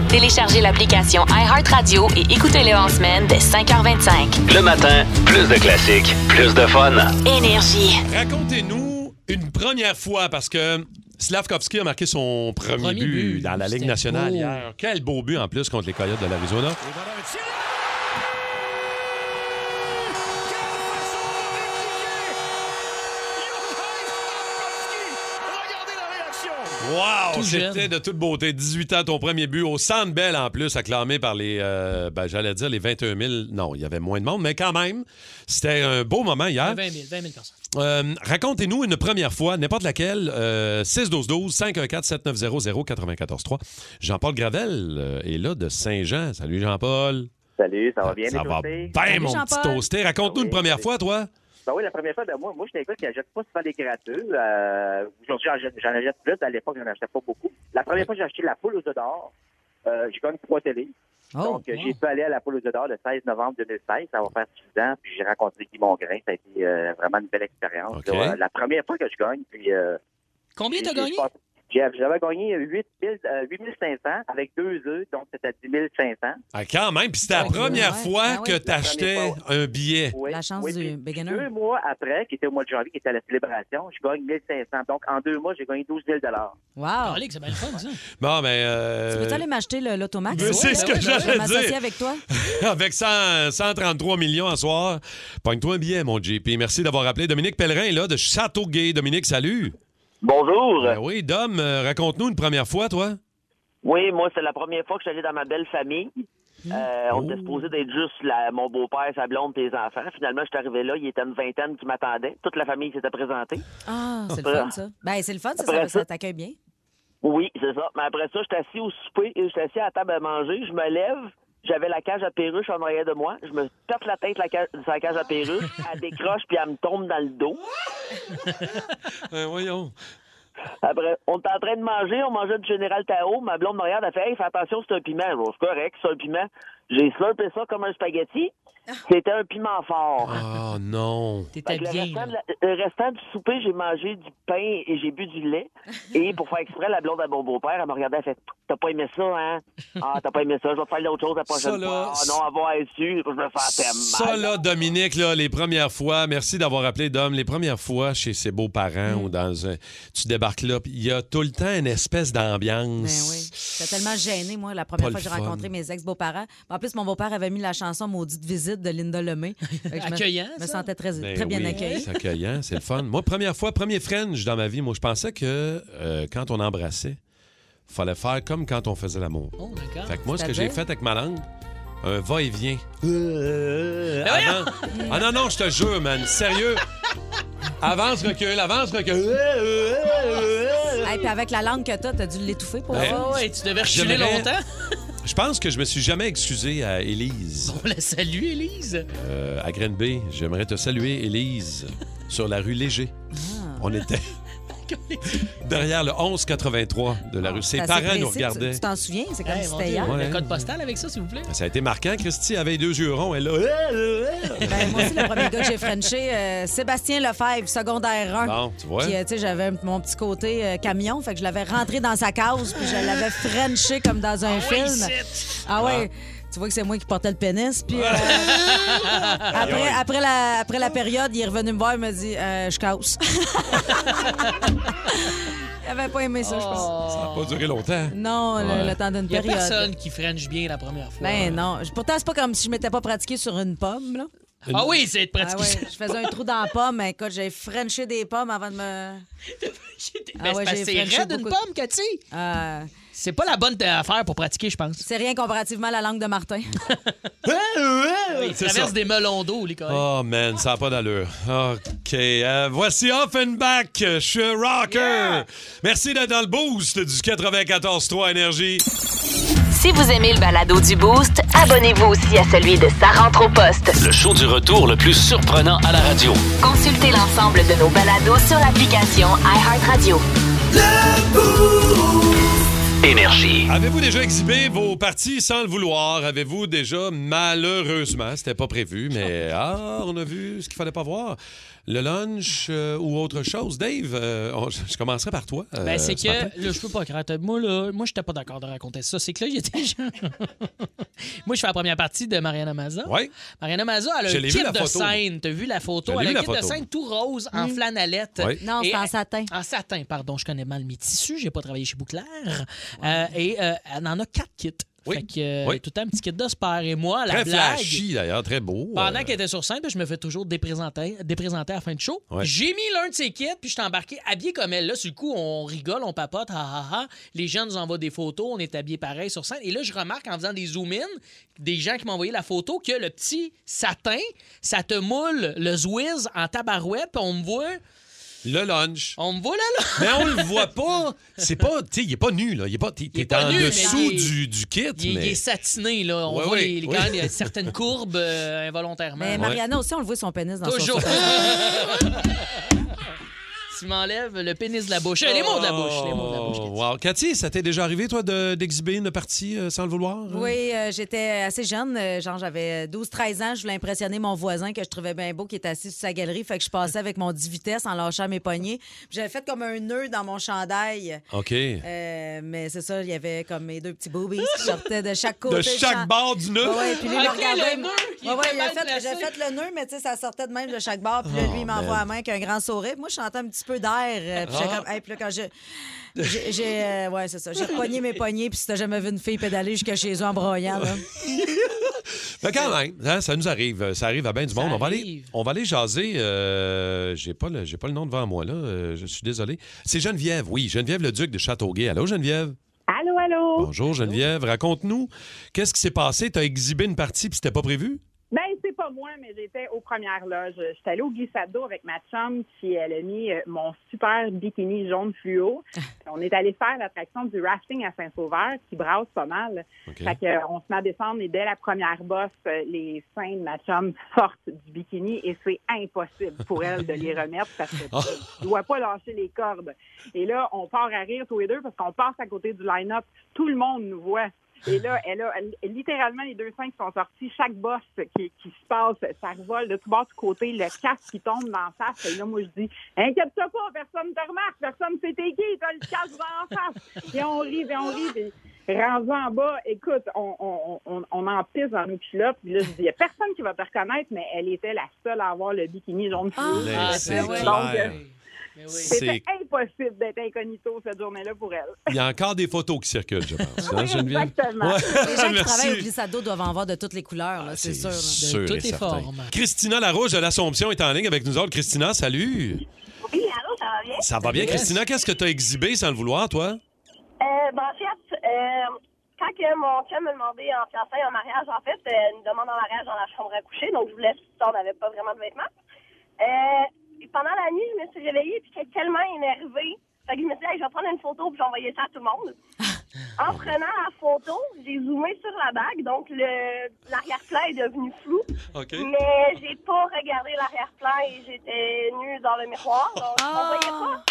[SPEAKER 1] Téléchargez l'application iHeartRadio et écoutez-le en semaine dès 5h25.
[SPEAKER 8] Le matin, plus de classiques, plus de fun.
[SPEAKER 1] Énergie.
[SPEAKER 4] Racontez-nous une première fois parce que Slavkovski a marqué son premier,
[SPEAKER 6] Premier
[SPEAKER 4] but,
[SPEAKER 6] but.
[SPEAKER 4] dans la Ligue
[SPEAKER 6] C'était
[SPEAKER 4] nationale
[SPEAKER 6] beau.
[SPEAKER 4] hier. Quel beau but en plus contre les Coyotes de l'Arizona. Wow,
[SPEAKER 6] Tout jeune.
[SPEAKER 4] c'était de toute beauté. 18 ans, ton premier but au Centre Bell en plus, acclamé par les, euh, ben, j'allais dire les 21 000. Non, il y avait moins de monde, mais quand même, c'était un beau moment hier.
[SPEAKER 6] 20 000, 20 000 personnes.
[SPEAKER 4] Euh, Racontez-nous une première fois, n'importe laquelle, euh, 612-12-514-7900-943. Jean-Paul Gravel euh, est là de Saint-Jean. Salut Jean-Paul.
[SPEAKER 11] Salut, ça va bien
[SPEAKER 4] Ça
[SPEAKER 11] les
[SPEAKER 4] va
[SPEAKER 11] toastés?
[SPEAKER 4] bien, mon
[SPEAKER 5] Jean-Paul.
[SPEAKER 4] petit toasté. Raconte-nous
[SPEAKER 11] Ah oui,
[SPEAKER 4] une première
[SPEAKER 11] c'est-
[SPEAKER 4] fois, toi.
[SPEAKER 11] Ben oui, la première fois, de moi, moi, je t'écoute qui n'achète pas souvent des gratuits. Euh, Aujourd'hui, j'en jette- j'en achète plus. À l'époque, j'en achetais pas beaucoup. La première fois que j'ai acheté la poule aux œufs d'or, euh, j'ai gagné trois télés.
[SPEAKER 5] Oh,
[SPEAKER 11] Donc, euh, j'ai pu aller à la poule aux œufs d'or le 16 novembre 2016. Ça va faire 6 ans. Puis, j'ai rencontré Guy Mongrain. Ça a été euh, vraiment une belle expérience.
[SPEAKER 4] OK.
[SPEAKER 11] là. Euh, La première fois que je gagne, puis... euh,
[SPEAKER 6] Combien
[SPEAKER 11] j'ai-
[SPEAKER 6] t'as
[SPEAKER 11] j'ai-
[SPEAKER 6] gagné?
[SPEAKER 11] J'ai passé- J'ai- J'avais gagné 8 000, euh, 8 500 avec deux œufs, donc c'était 10 500.
[SPEAKER 4] Ah, quand même, puis c'était la
[SPEAKER 11] Ouais,
[SPEAKER 4] première
[SPEAKER 11] ouais,
[SPEAKER 4] fois
[SPEAKER 11] ben oui.
[SPEAKER 4] que tu
[SPEAKER 11] La
[SPEAKER 4] achetais
[SPEAKER 11] première
[SPEAKER 4] un billet.
[SPEAKER 11] Oui,
[SPEAKER 5] La chance
[SPEAKER 11] oui,
[SPEAKER 5] du
[SPEAKER 11] puis
[SPEAKER 5] beginner.
[SPEAKER 11] Deux mois après, qui était au mois de janvier, qui était à la célébration, je gagne 1500. Donc, en deux mois, j'ai gagné 12 000
[SPEAKER 5] Wow!
[SPEAKER 6] Ah, c'est bien le fun, ça.
[SPEAKER 4] Bon, ben. euh,
[SPEAKER 5] Tu peux aller m'acheter le- l'automax?
[SPEAKER 4] Mais
[SPEAKER 5] Ouais,
[SPEAKER 4] c'est
[SPEAKER 5] ben
[SPEAKER 4] ce
[SPEAKER 5] oui,
[SPEAKER 4] que
[SPEAKER 5] ben oui,
[SPEAKER 4] j'allais
[SPEAKER 5] je vais m'associer
[SPEAKER 4] dire.
[SPEAKER 5] avec toi.
[SPEAKER 4] euh, Avec 100 133 millions à soir, pogne-toi un billet, mon JP. Merci d'avoir appelé. Dominique Pellerin, là, de Châteauguay. Dominique, salut.
[SPEAKER 12] Bonjour.
[SPEAKER 4] oui, Dom, euh, raconte-nous une première fois, toi.
[SPEAKER 12] Oui, moi, c'est la première fois que je suis allé dans ma belle famille.
[SPEAKER 6] Hmm.
[SPEAKER 12] Euh,
[SPEAKER 6] Oh.
[SPEAKER 12] on était supposé d'être juste la- mon beau-père, sa blonde, tes enfants. Finalement, je suis arrivé là, il était une vingtaine qui m'attendait. Toute la famille s'était présentée.
[SPEAKER 5] Ah, c'est le
[SPEAKER 12] Après-
[SPEAKER 5] fun, ça. Ben, c'est le fun, c'est ça,
[SPEAKER 12] Après
[SPEAKER 5] parce que ça
[SPEAKER 12] ça-
[SPEAKER 5] t'accueille bien.
[SPEAKER 12] Oui, c'est ça. Mais après ça, j'étais assis au souper, et j'étais assis à la table à manger, je me lève, j'avais la cage à perruche en arrière de moi, je me tape la tête la cage, sur la cage à perruche, elle décroche puis elle me tombe dans le dos.
[SPEAKER 4] voyons.
[SPEAKER 12] Après, on était en train de manger, on mangeait du Général Tao, ma blonde me regarde, elle fait Hey, fais attention, c'est un piment. Je dis, C'est correct, c'est un piment. J'ai slurpé ça comme un spaghetti. C'était un piment fort.
[SPEAKER 4] Oh non.
[SPEAKER 12] Fait que le, restant, de la- le restant du souper, j'ai mangé du pain et j'ai bu du lait. Et pour faire exprès, la blonde à mon beau-père, elle me regardait, elle fait T'as pas aimé ça, hein Ah, t'as pas aimé ça, je vais te faire d'autres choses la
[SPEAKER 4] Ça,
[SPEAKER 12] prochaine
[SPEAKER 4] là,
[SPEAKER 12] fois. Ah non, avoir su, je me sentais
[SPEAKER 4] Ça,
[SPEAKER 12] mal.
[SPEAKER 4] là, Dominique, là, les premières fois, merci d'avoir appelé Dom, les premières fois chez ses beaux-parents ou dans un. Tu débarques là, puis il y a tout le temps une espèce d'ambiance.
[SPEAKER 5] Ben J'étais tellement gênée, moi, la première
[SPEAKER 4] Pas
[SPEAKER 5] fois que
[SPEAKER 4] le
[SPEAKER 5] j'ai
[SPEAKER 4] fun.
[SPEAKER 5] rencontré mes ex-beaux-parents. En plus, mon beau-père avait mis la chanson Maudite visite de Linda Lemay. Fait que je me-
[SPEAKER 6] Accueillant,
[SPEAKER 5] Je me
[SPEAKER 6] ça.
[SPEAKER 5] sentais très,
[SPEAKER 4] Ben
[SPEAKER 5] très bien
[SPEAKER 4] oui,
[SPEAKER 5] accueillie.
[SPEAKER 4] C'est accueillant, c'est le fun. Moi, première fois, premier French dans ma vie, moi, je pensais que euh, quand on embrassait, fallait faire comme quand on faisait l'amour.
[SPEAKER 5] Oh,
[SPEAKER 6] d'accord.
[SPEAKER 4] Fait que moi, ce que j'ai
[SPEAKER 6] C'est-à-dire?
[SPEAKER 4] fait avec ma langue, un va-et-vient.
[SPEAKER 6] Ben
[SPEAKER 4] Avant- Ah non, non, je te jure, man. Sérieux. Avance, recule, avance, recule.
[SPEAKER 5] Hey, puis avec la langue que t'as, t'as dû l'étouffer pour
[SPEAKER 4] Ben,
[SPEAKER 5] ça.
[SPEAKER 4] Ouais, ouais, tu devais reculer j'aimerais- longtemps. Je pense que je me suis jamais excusé à Élise.
[SPEAKER 6] On la salue, Élise.
[SPEAKER 4] Euh, à Grenby, j'aimerais te saluer, Élise, sur la rue Léger.
[SPEAKER 5] Ah.
[SPEAKER 4] On était derrière le 1183 de la rue. Ses
[SPEAKER 5] Ah, C'est assez
[SPEAKER 4] parents nous
[SPEAKER 5] précis, tu-
[SPEAKER 4] regardaient.
[SPEAKER 5] Tu t'en souviens? C'est comme
[SPEAKER 6] Hey,
[SPEAKER 5] si
[SPEAKER 6] mon
[SPEAKER 5] c'était
[SPEAKER 6] Dieu,
[SPEAKER 5] hier.
[SPEAKER 4] Ouais.
[SPEAKER 6] Le code postal avec ça, s'il vous plaît.
[SPEAKER 4] Ça a été marquant. Christy avait deux yeux ronds. Elle là.
[SPEAKER 5] Ben, moi aussi, le premier gars que j'ai frenché, euh, Sébastien Lefebvre, secondaire 1.
[SPEAKER 4] Bon, tu vois.
[SPEAKER 5] Puis, euh, tu sais, j'avais mon petit côté euh, camion, fait que je l'avais rentré dans sa case, puis je l'avais frenché comme dans
[SPEAKER 4] Ah
[SPEAKER 5] un
[SPEAKER 6] oui,
[SPEAKER 5] film.
[SPEAKER 6] c'est-
[SPEAKER 5] ah ouais, tu vois que c'est moi qui portais le pénis. Puis, euh, après, après, la, après la période, il est revenu me voir, il m'a dit euh, Je casse. il avait pas aimé ça, je pense.
[SPEAKER 4] Ça n'a Ah, pas duré longtemps.
[SPEAKER 5] Non, le-
[SPEAKER 4] Ouais.
[SPEAKER 5] le, temps d'une
[SPEAKER 6] Il y a
[SPEAKER 5] période.
[SPEAKER 6] personne qui french bien la première fois.
[SPEAKER 5] Ben non. Pourtant, c'est pas comme si je m'étais pas pratiqué sur une pomme, là.
[SPEAKER 6] Ah oui, c'est de
[SPEAKER 5] Ah
[SPEAKER 6] pratiquer
[SPEAKER 5] ouais,
[SPEAKER 6] ça.
[SPEAKER 5] je faisais un trou dans la pomme. mais Écoute, j'ai frenché des pommes avant de me. Ah
[SPEAKER 6] Ben, c'est parce que c'est raide une pomme, Cathy. Euh, C'est pas la bonne affaire pour pratiquer, je pense.
[SPEAKER 5] C'est rien comparativement à la langue de Martin.
[SPEAKER 6] Euh, Il
[SPEAKER 4] C'est
[SPEAKER 6] traverse
[SPEAKER 4] ça.
[SPEAKER 6] des melons d'eau, les collègues.
[SPEAKER 4] Oh man, ça n'a pas d'allure. OK. euh, voici Offenbach. Je suis un rocker. Merci d'être dans le boost du 94-3 Énergie.
[SPEAKER 1] Si vous aimez le balado du Boost, abonnez-vous aussi à celui de Sa rentre au poste.
[SPEAKER 8] Le show du retour le plus surprenant à la radio.
[SPEAKER 1] Consultez l'ensemble de nos balados sur l'application iHeartRadio.
[SPEAKER 8] Énergie.
[SPEAKER 4] Avez-vous déjà exhibé vos parties sans le vouloir? Avez-vous déjà, malheureusement, c'était pas prévu, mais ah, on a vu ce qu'il fallait pas voir? Le lunch euh, ou autre chose? Dave, euh, on- je commencerai par toi. euh,
[SPEAKER 6] Ben, c'est
[SPEAKER 4] ce
[SPEAKER 6] que,
[SPEAKER 4] matin.
[SPEAKER 6] là, je peux pas craindre. Moi, là, moi, j'étais pas d'accord de raconter ça. C'est que là, il y a des gens. moi, je fais la première partie de Mariana Maza.
[SPEAKER 4] Ouais.
[SPEAKER 6] Mariana Maza, elle a
[SPEAKER 4] Je
[SPEAKER 6] un
[SPEAKER 4] l'ai
[SPEAKER 6] kit
[SPEAKER 4] vu, la
[SPEAKER 6] de
[SPEAKER 4] photo.
[SPEAKER 6] scène. T'as vu la photo?
[SPEAKER 4] Je l'ai
[SPEAKER 6] Elle a
[SPEAKER 4] vu,
[SPEAKER 6] un
[SPEAKER 4] la
[SPEAKER 6] kit de
[SPEAKER 4] photo. Mm.
[SPEAKER 6] scène tout rose, en flanalette.
[SPEAKER 4] Ouais.
[SPEAKER 5] Non, c'est
[SPEAKER 6] Et-
[SPEAKER 5] en satin.
[SPEAKER 6] En satin, pardon. Je connais mal mes tissus. J'ai pas travaillé chez Bouclair. Euh, et euh, elle en a quatre kits. Fait que, euh,
[SPEAKER 4] Oui.
[SPEAKER 6] tout le temps, un petit kit de spare. Et moi, la
[SPEAKER 4] Très
[SPEAKER 6] blague.
[SPEAKER 4] flashy d'ailleurs, très beau.
[SPEAKER 6] Pendant
[SPEAKER 4] Euh,
[SPEAKER 6] qu'elle était sur scène, puis je me fais toujours déprésenter, déprésenter à la fin de show.
[SPEAKER 4] Ouais.
[SPEAKER 6] J'ai mis l'un de ses kits, puis je suis embarqué habillé comme elle. Là, sur le coup, on rigole, on papote, ha ha ha. Les gens nous envoient des photos, on est habillés pareil sur scène. Et là, je remarque en faisant des zoom-in, des gens qui m'ont envoyé la photo, que le petit satin, ça te moule le Zwiz en tabarouette, puis on me voit.
[SPEAKER 4] Le lunch.
[SPEAKER 6] On me voit là, là.
[SPEAKER 4] Mais on le voit pas. C'est pas, tu sais, il est pas nu là. Il est pas, t'es
[SPEAKER 6] est
[SPEAKER 4] t'es
[SPEAKER 6] pas
[SPEAKER 4] en
[SPEAKER 6] nu, mais
[SPEAKER 4] dessous
[SPEAKER 6] il est-
[SPEAKER 4] du, du kit.
[SPEAKER 6] Il, est-
[SPEAKER 4] mais...
[SPEAKER 6] il est satiné, là. On
[SPEAKER 4] Ouais,
[SPEAKER 6] voit
[SPEAKER 4] ouais,
[SPEAKER 6] les, les-
[SPEAKER 4] ouais.
[SPEAKER 6] quand même, il y a certaines courbes euh, involontairement.
[SPEAKER 5] Mais Mariana aussi, on le voit son pénis dans son
[SPEAKER 6] Toujours.
[SPEAKER 5] chandail.
[SPEAKER 6] tu m'enlèves le pénis de la bouche. Euh, Les mots de la bouche. Les mots de la bouche.
[SPEAKER 4] Oh, wow. Cathy, ça t'est déjà arrivé, toi, de- d'exhiber une partie euh, sans le vouloir?
[SPEAKER 5] Oui, euh, j'étais assez jeune, euh, genre j'avais 12-13 ans, je voulais impressionner mon voisin que je trouvais bien beau qui était assis sur sa galerie, fait que je passais avec mon 10 vitesses en lâchant mes poignets. Puis J'avais fait comme un nœud dans mon chandail.
[SPEAKER 4] OK.
[SPEAKER 5] Euh, mais c'est ça, il y avait comme mes deux petits boobies qui sortaient de chaque côté.
[SPEAKER 4] De chaque bord du nœud.
[SPEAKER 5] Ouais, ouais, puis lui, il me
[SPEAKER 6] OK, le
[SPEAKER 5] regardait.
[SPEAKER 6] nœud qui
[SPEAKER 5] Ouais, ouais,
[SPEAKER 6] était
[SPEAKER 5] il a
[SPEAKER 6] mal
[SPEAKER 5] fait-
[SPEAKER 6] placé.
[SPEAKER 5] J'ai fait le nœud, mais tu sais, ça sortait de même de chaque bord. Puis là,
[SPEAKER 4] Ah,
[SPEAKER 6] Oh,
[SPEAKER 5] lui, il m'envoie
[SPEAKER 6] man.
[SPEAKER 5] la main avec un grand sourire. Moi, je chantais un petit peu d'air. euh, Puis j'ai
[SPEAKER 6] Ah.
[SPEAKER 5] comme, hey, puis là, quand je. J'ai, j'ai, euh, ouais, c'est ça. J'ai repogné mes poignets, puis si t'as jamais vu une fille pédaler jusqu'à chez eux en broyant, là.
[SPEAKER 4] Ben, quand même, hein, ça nous arrive. Ça arrive à bien du monde. On va, aller,
[SPEAKER 5] arrive.
[SPEAKER 4] on va aller jaser. euh, j'ai pas, le- j'ai pas le nom devant moi, là. euh, je suis désolé. C'est Geneviève, oui. Geneviève le Duc de Châteauguay. Allô, Geneviève?
[SPEAKER 13] Allô, allô?
[SPEAKER 4] Bonjour, Geneviève. Raconte-nous, qu'est-ce qui s'est passé? T'as exhibé une partie puis c'était pas prévu?
[SPEAKER 13] Ben, c'est pas moi, mais j'étais aux premières loges. J'étais allée au glissado avec ma chum, puis elle a mis euh, mon super bikini jaune fluo. Puis on est allé faire l'attraction du rafting à Saint-Sauveur, qui brasse pas mal.
[SPEAKER 14] OK.
[SPEAKER 13] Fait que, euh, on se met à descendre, et dès la première bosse, euh, les seins de ma chum sortent du bikini, et c'est impossible pour elle de les remettre, parce que ne dois pas lâcher les cordes. Et là, on part à rire tous les deux, parce qu'on passe à côté du line-up. Tout le monde nous voit. Et là, elle a elle- littéralement les deux seins qui sont sortis, chaque bosse qui, qui se passe, ça revole de tout bord, de côté, le casque qui tombe dans la face. Et là, moi, je dis, inquiète-toi pas, personne ne te remarque, personne ne sait t'es qui, t'as le casque dans la face. Et on rit, et on rit, puis rendu en bas, écoute, on, on, on, on en pisse dans nos culottes. Puis là, je dis, il n'y a personne qui va te reconnaître, mais elle était la seule à avoir le bikini jaune fluo.
[SPEAKER 4] Là, c'est
[SPEAKER 13] Donc,
[SPEAKER 4] clair.
[SPEAKER 13] euh,
[SPEAKER 4] C'est-
[SPEAKER 13] C'était impossible d'être incognito cette journée-là pour elle.
[SPEAKER 4] Il y a encore des photos qui circulent, je pense. hein, Geneviève?
[SPEAKER 13] exactement. Ben,
[SPEAKER 4] Ouais.
[SPEAKER 5] Les gens qui
[SPEAKER 4] Merci. Ah,
[SPEAKER 5] travaillent au glissado doivent en voir de toutes les couleurs, là, c'est, sûr. là.
[SPEAKER 4] Sûr et certain. Christina Larouche de l'Assomption est en ligne avec nous autres. Christina, salut.
[SPEAKER 15] Oui, allô, ça va bien?
[SPEAKER 4] Ça va bien, Christina? Qu'est-ce que t'as exhibé sans le vouloir, toi?
[SPEAKER 15] Euh, ben, en fait, euh, quand que mon chum m'a demandé en fiançailles en mariage, en fait, euh, une demande en mariage dans la chambre à coucher, donc je voulais, ça, on n'avait pas vraiment de vêtements. Euh, et pendant la nuit, je me suis réveillée et j'étais tellement énervée. Fait que je me suis dit, Hey, je vais prendre une photo puis j'envoyer ça à tout le monde. En prenant la photo, j'ai zoomé sur la bague, donc le- l'arrière-plan est devenu flou.
[SPEAKER 4] OK.
[SPEAKER 15] Mais j'ai pas regardé l'arrière-plan et j'étais nue dans le miroir. Donc on voyait pas.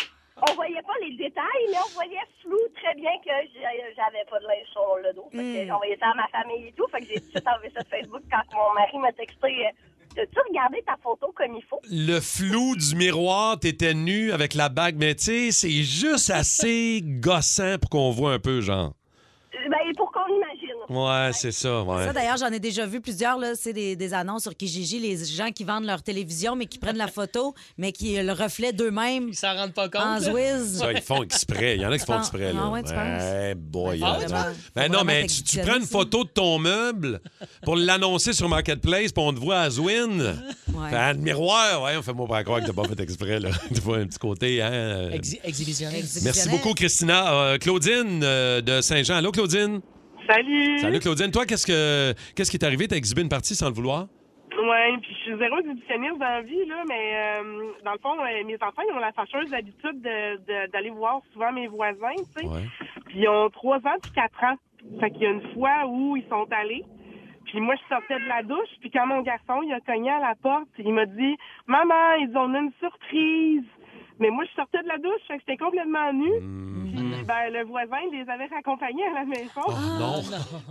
[SPEAKER 15] On voyait pas les détails, mais on voyait flou très bien que j'ai- j'avais pas de linge sur le dos. Fait que J'ai envoyé ça à ma famille et tout. Fait que j'ai tout de suite enlevé ça de Facebook quand mon mari m'a texté « tu regardé ta photo comme il faut? »
[SPEAKER 4] Le flou du miroir, t'étais nu avec la bague, mais tu sais, c'est juste assez gossant pour qu'on voit un peu, genre.
[SPEAKER 15] Ben, et pour qu'on imagine.
[SPEAKER 4] Ouais, c'est ça, ouais.
[SPEAKER 5] Ça, d'ailleurs, j'en ai déjà vu plusieurs. Là, c'est des, des annonces sur Kijiji, les gens qui vendent leur télévision, mais qui prennent la photo, mais qui le reflètent d'eux-mêmes. Ils
[SPEAKER 6] s'en rendent pas compte.
[SPEAKER 5] En Zwiz.
[SPEAKER 4] Ça, ils font exprès. Il y en a qui
[SPEAKER 5] Tu
[SPEAKER 4] font
[SPEAKER 5] penses-
[SPEAKER 4] exprès. Là.
[SPEAKER 5] Ah ouais, tu
[SPEAKER 4] Eh boy,
[SPEAKER 5] Ah,
[SPEAKER 4] hein.
[SPEAKER 5] vraiment.
[SPEAKER 4] Ben
[SPEAKER 5] Faut
[SPEAKER 4] non,
[SPEAKER 5] vraiment
[SPEAKER 4] mais
[SPEAKER 5] être
[SPEAKER 4] tu, tu
[SPEAKER 5] exhibitioniste,
[SPEAKER 4] prends une photo de ton meuble pour l'annoncer sur Marketplace, puis on te voit à Zwin.
[SPEAKER 6] Ouais.
[SPEAKER 4] Fait, ah, le miroir, ouais, on fait moi pas croire que t'as pas fait exprès. Là. tu vois un petit côté. Hein, euh,
[SPEAKER 6] Exhi- exhibitionniste.
[SPEAKER 4] Merci beaucoup, Christina. Euh, Claudine euh, de Saint-Jean. Allô, Claudine?
[SPEAKER 16] Salut!
[SPEAKER 4] Salut, Claudine. Toi, qu'est-ce que qu'est-ce qui t'est arrivé? T'as exhibé une partie sans le vouloir?
[SPEAKER 16] Ouais, puis je suis zéro exhibitionniste dans la vie, là, mais euh, dans le fond, euh, mes enfants, ils ont la fâcheuse habitude de- de- d'aller voir souvent mes voisins, tu sais. Puis ils ont trois ans puis quatre ans. Fait qu'il y a une fois où ils sont allés. Puis moi, je sortais de la douche, puis quand mon garçon, il a cogné à la porte, il m'a dit « Maman, ils ont une surprise! » Mais moi, je sortais de la douche, fait que j'étais complètement nue.
[SPEAKER 4] Hmm.
[SPEAKER 16] Puis, ben, le voisin les avait raccompagnés à la maison.
[SPEAKER 4] Oh, non.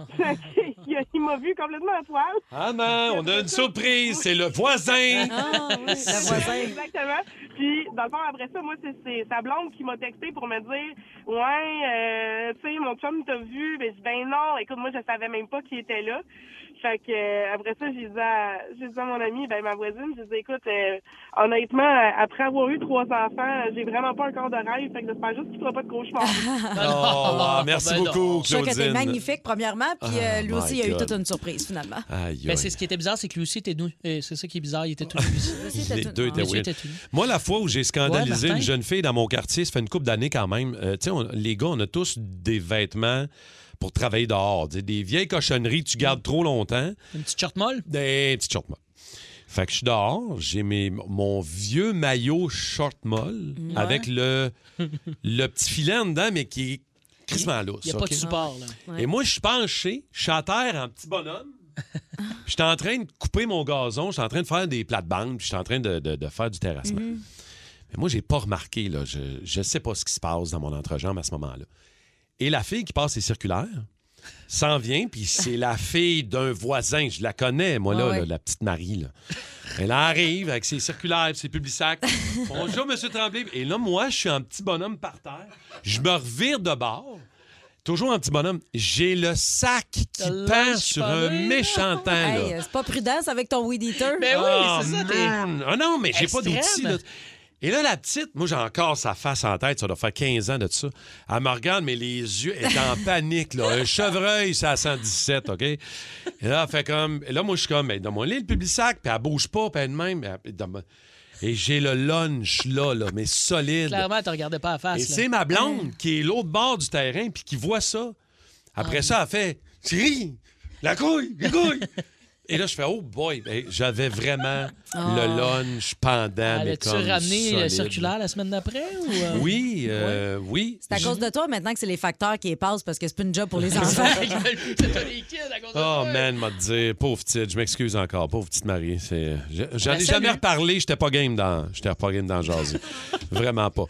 [SPEAKER 16] Fait qu'il a- il m'a vu complètement à poil.
[SPEAKER 4] Ah non, on a une surprise. C'est le voisin.
[SPEAKER 16] Ah C'est- Exactement. Puis, dans le fond, après ça, moi, c'est- c'est sa blonde qui m'a texté pour me dire Ouais, euh, tu sais, mon chum t'a vu. Ben, je dis, Ben non, écoute, moi, je savais même pas qu'il était là. Fait que, euh, après ça, j'ai dit, à, j'ai dit à mon ami, ben, ma voisine, j'ai dit, écoute, euh, honnêtement, euh, après avoir eu trois enfants, euh, j'ai vraiment pas un corps de rêve. Fait que j'espère juste qu'il fera pas de cauchemar.
[SPEAKER 4] Oh, wow, merci
[SPEAKER 6] Ben non. Oh
[SPEAKER 4] beaucoup,
[SPEAKER 5] Je sais que t'es
[SPEAKER 4] Claudine.
[SPEAKER 5] magnifique, premièrement, puis
[SPEAKER 4] Ah,
[SPEAKER 5] euh, lui aussi,
[SPEAKER 4] my
[SPEAKER 5] il a eu
[SPEAKER 4] God.
[SPEAKER 5] toute une surprise, finalement.
[SPEAKER 4] Aïe,
[SPEAKER 6] Ben,
[SPEAKER 4] aïe.
[SPEAKER 6] c'est ce qui était bizarre, c'est que lui aussi était nu. Et C'est ça qui est bizarre, il était tout nu.
[SPEAKER 4] Les deux étaient
[SPEAKER 6] Monsieur
[SPEAKER 4] weird.
[SPEAKER 6] était tout nu.
[SPEAKER 4] Moi, la fois où j'ai scandalisé
[SPEAKER 6] Ouais, Martin?
[SPEAKER 4] une jeune fille dans mon quartier, ça fait une couple d'années quand même. euh, tu sais, on- les gars, on a tous des vêtements pour travailler dehors. Des, des vieilles cochonneries que tu gardes trop longtemps.
[SPEAKER 6] Une petite short molle?
[SPEAKER 4] Des petites shorts molles. Fait que je suis dehors, j'ai mes- mon vieux maillot short molle
[SPEAKER 6] Mm. Ouais.
[SPEAKER 4] avec le, le petit filet en dedans, mais qui est crissement lousse.
[SPEAKER 6] Il n'y a pas
[SPEAKER 4] OK?
[SPEAKER 6] de support, là.
[SPEAKER 4] Et moi, je suis penché, je suis à terre en petit bonhomme. J'étais
[SPEAKER 8] Mhm.
[SPEAKER 5] Mm-hmm.
[SPEAKER 4] en train de couper mon gazon, j'étais en train de faire des plates-bandes, puis j'étais en train de, de- de faire du terrassement. Mais moi, j'ai pas remarqué, là. Je, je sais pas ce qui se passe dans mon entrejambe à ce moment-là. Et la fille qui passe ses circulaires s'en vient, puis c'est la fille d'un voisin. Je la connais, moi, là,
[SPEAKER 14] Ah ouais.
[SPEAKER 4] là, la petite Marie, là. Elle arrive avec ses circulaires, puis ses publicsacs. Bonjour, Monsieur Tremblay. Et là, moi, je suis un petit bonhomme par terre. Je me revire de bord. Toujours un petit bonhomme. J'ai le sac qui pend sur un méchant temps, là.
[SPEAKER 5] Hey, euh, c'est pas prudence avec ton weed eater.
[SPEAKER 6] Ben
[SPEAKER 4] Ah, man! Ah non, mais j'ai pas d'outils. là. Et là, la petite, moi, j'ai encore sa face en tête. Ça doit faire 15 ans de ça. Elle me regarde, mais les yeux elle est en panique. Là. Un chevreuil, c'est à 117, OK? Et là, elle fait comme... Et là, moi, je suis comme, ben, dans mon lit, le public sac, puis elle bouge pas, puis elle de même. elle- dans ma- Et j'ai le lunch là, là, mais solide.
[SPEAKER 6] Clairement, elle te regardait pas à la face.
[SPEAKER 4] Et
[SPEAKER 6] là.
[SPEAKER 4] c'est ma blonde qui est l'autre bord du terrain puis qui voit ça. Après
[SPEAKER 6] Ah.
[SPEAKER 4] ça, elle fait Chérie, la couille, la couille. Et là, je fais Oh boy, Ben, j'avais vraiment
[SPEAKER 6] Ah.
[SPEAKER 4] le lunch pendant. mais
[SPEAKER 6] Allais-tu
[SPEAKER 4] comme
[SPEAKER 6] ramener le
[SPEAKER 4] solide.
[SPEAKER 6] euh, circulaire la semaine d'après? Ou... euh?
[SPEAKER 4] Oui, euh, oui.
[SPEAKER 5] C'est à cause de toi maintenant que c'est les facteurs qui les passent parce que c'est pas une job pour les enfants.
[SPEAKER 4] Oh man, m'a dire, pauvre petite, je m'excuse encore, pauvre petite Marie. C'est... je- J'en
[SPEAKER 6] Ben,
[SPEAKER 4] ai jamais
[SPEAKER 6] salut.
[SPEAKER 4] reparlé, j'étais pas game dans, j'étais pas game dans jaser. Vraiment pas.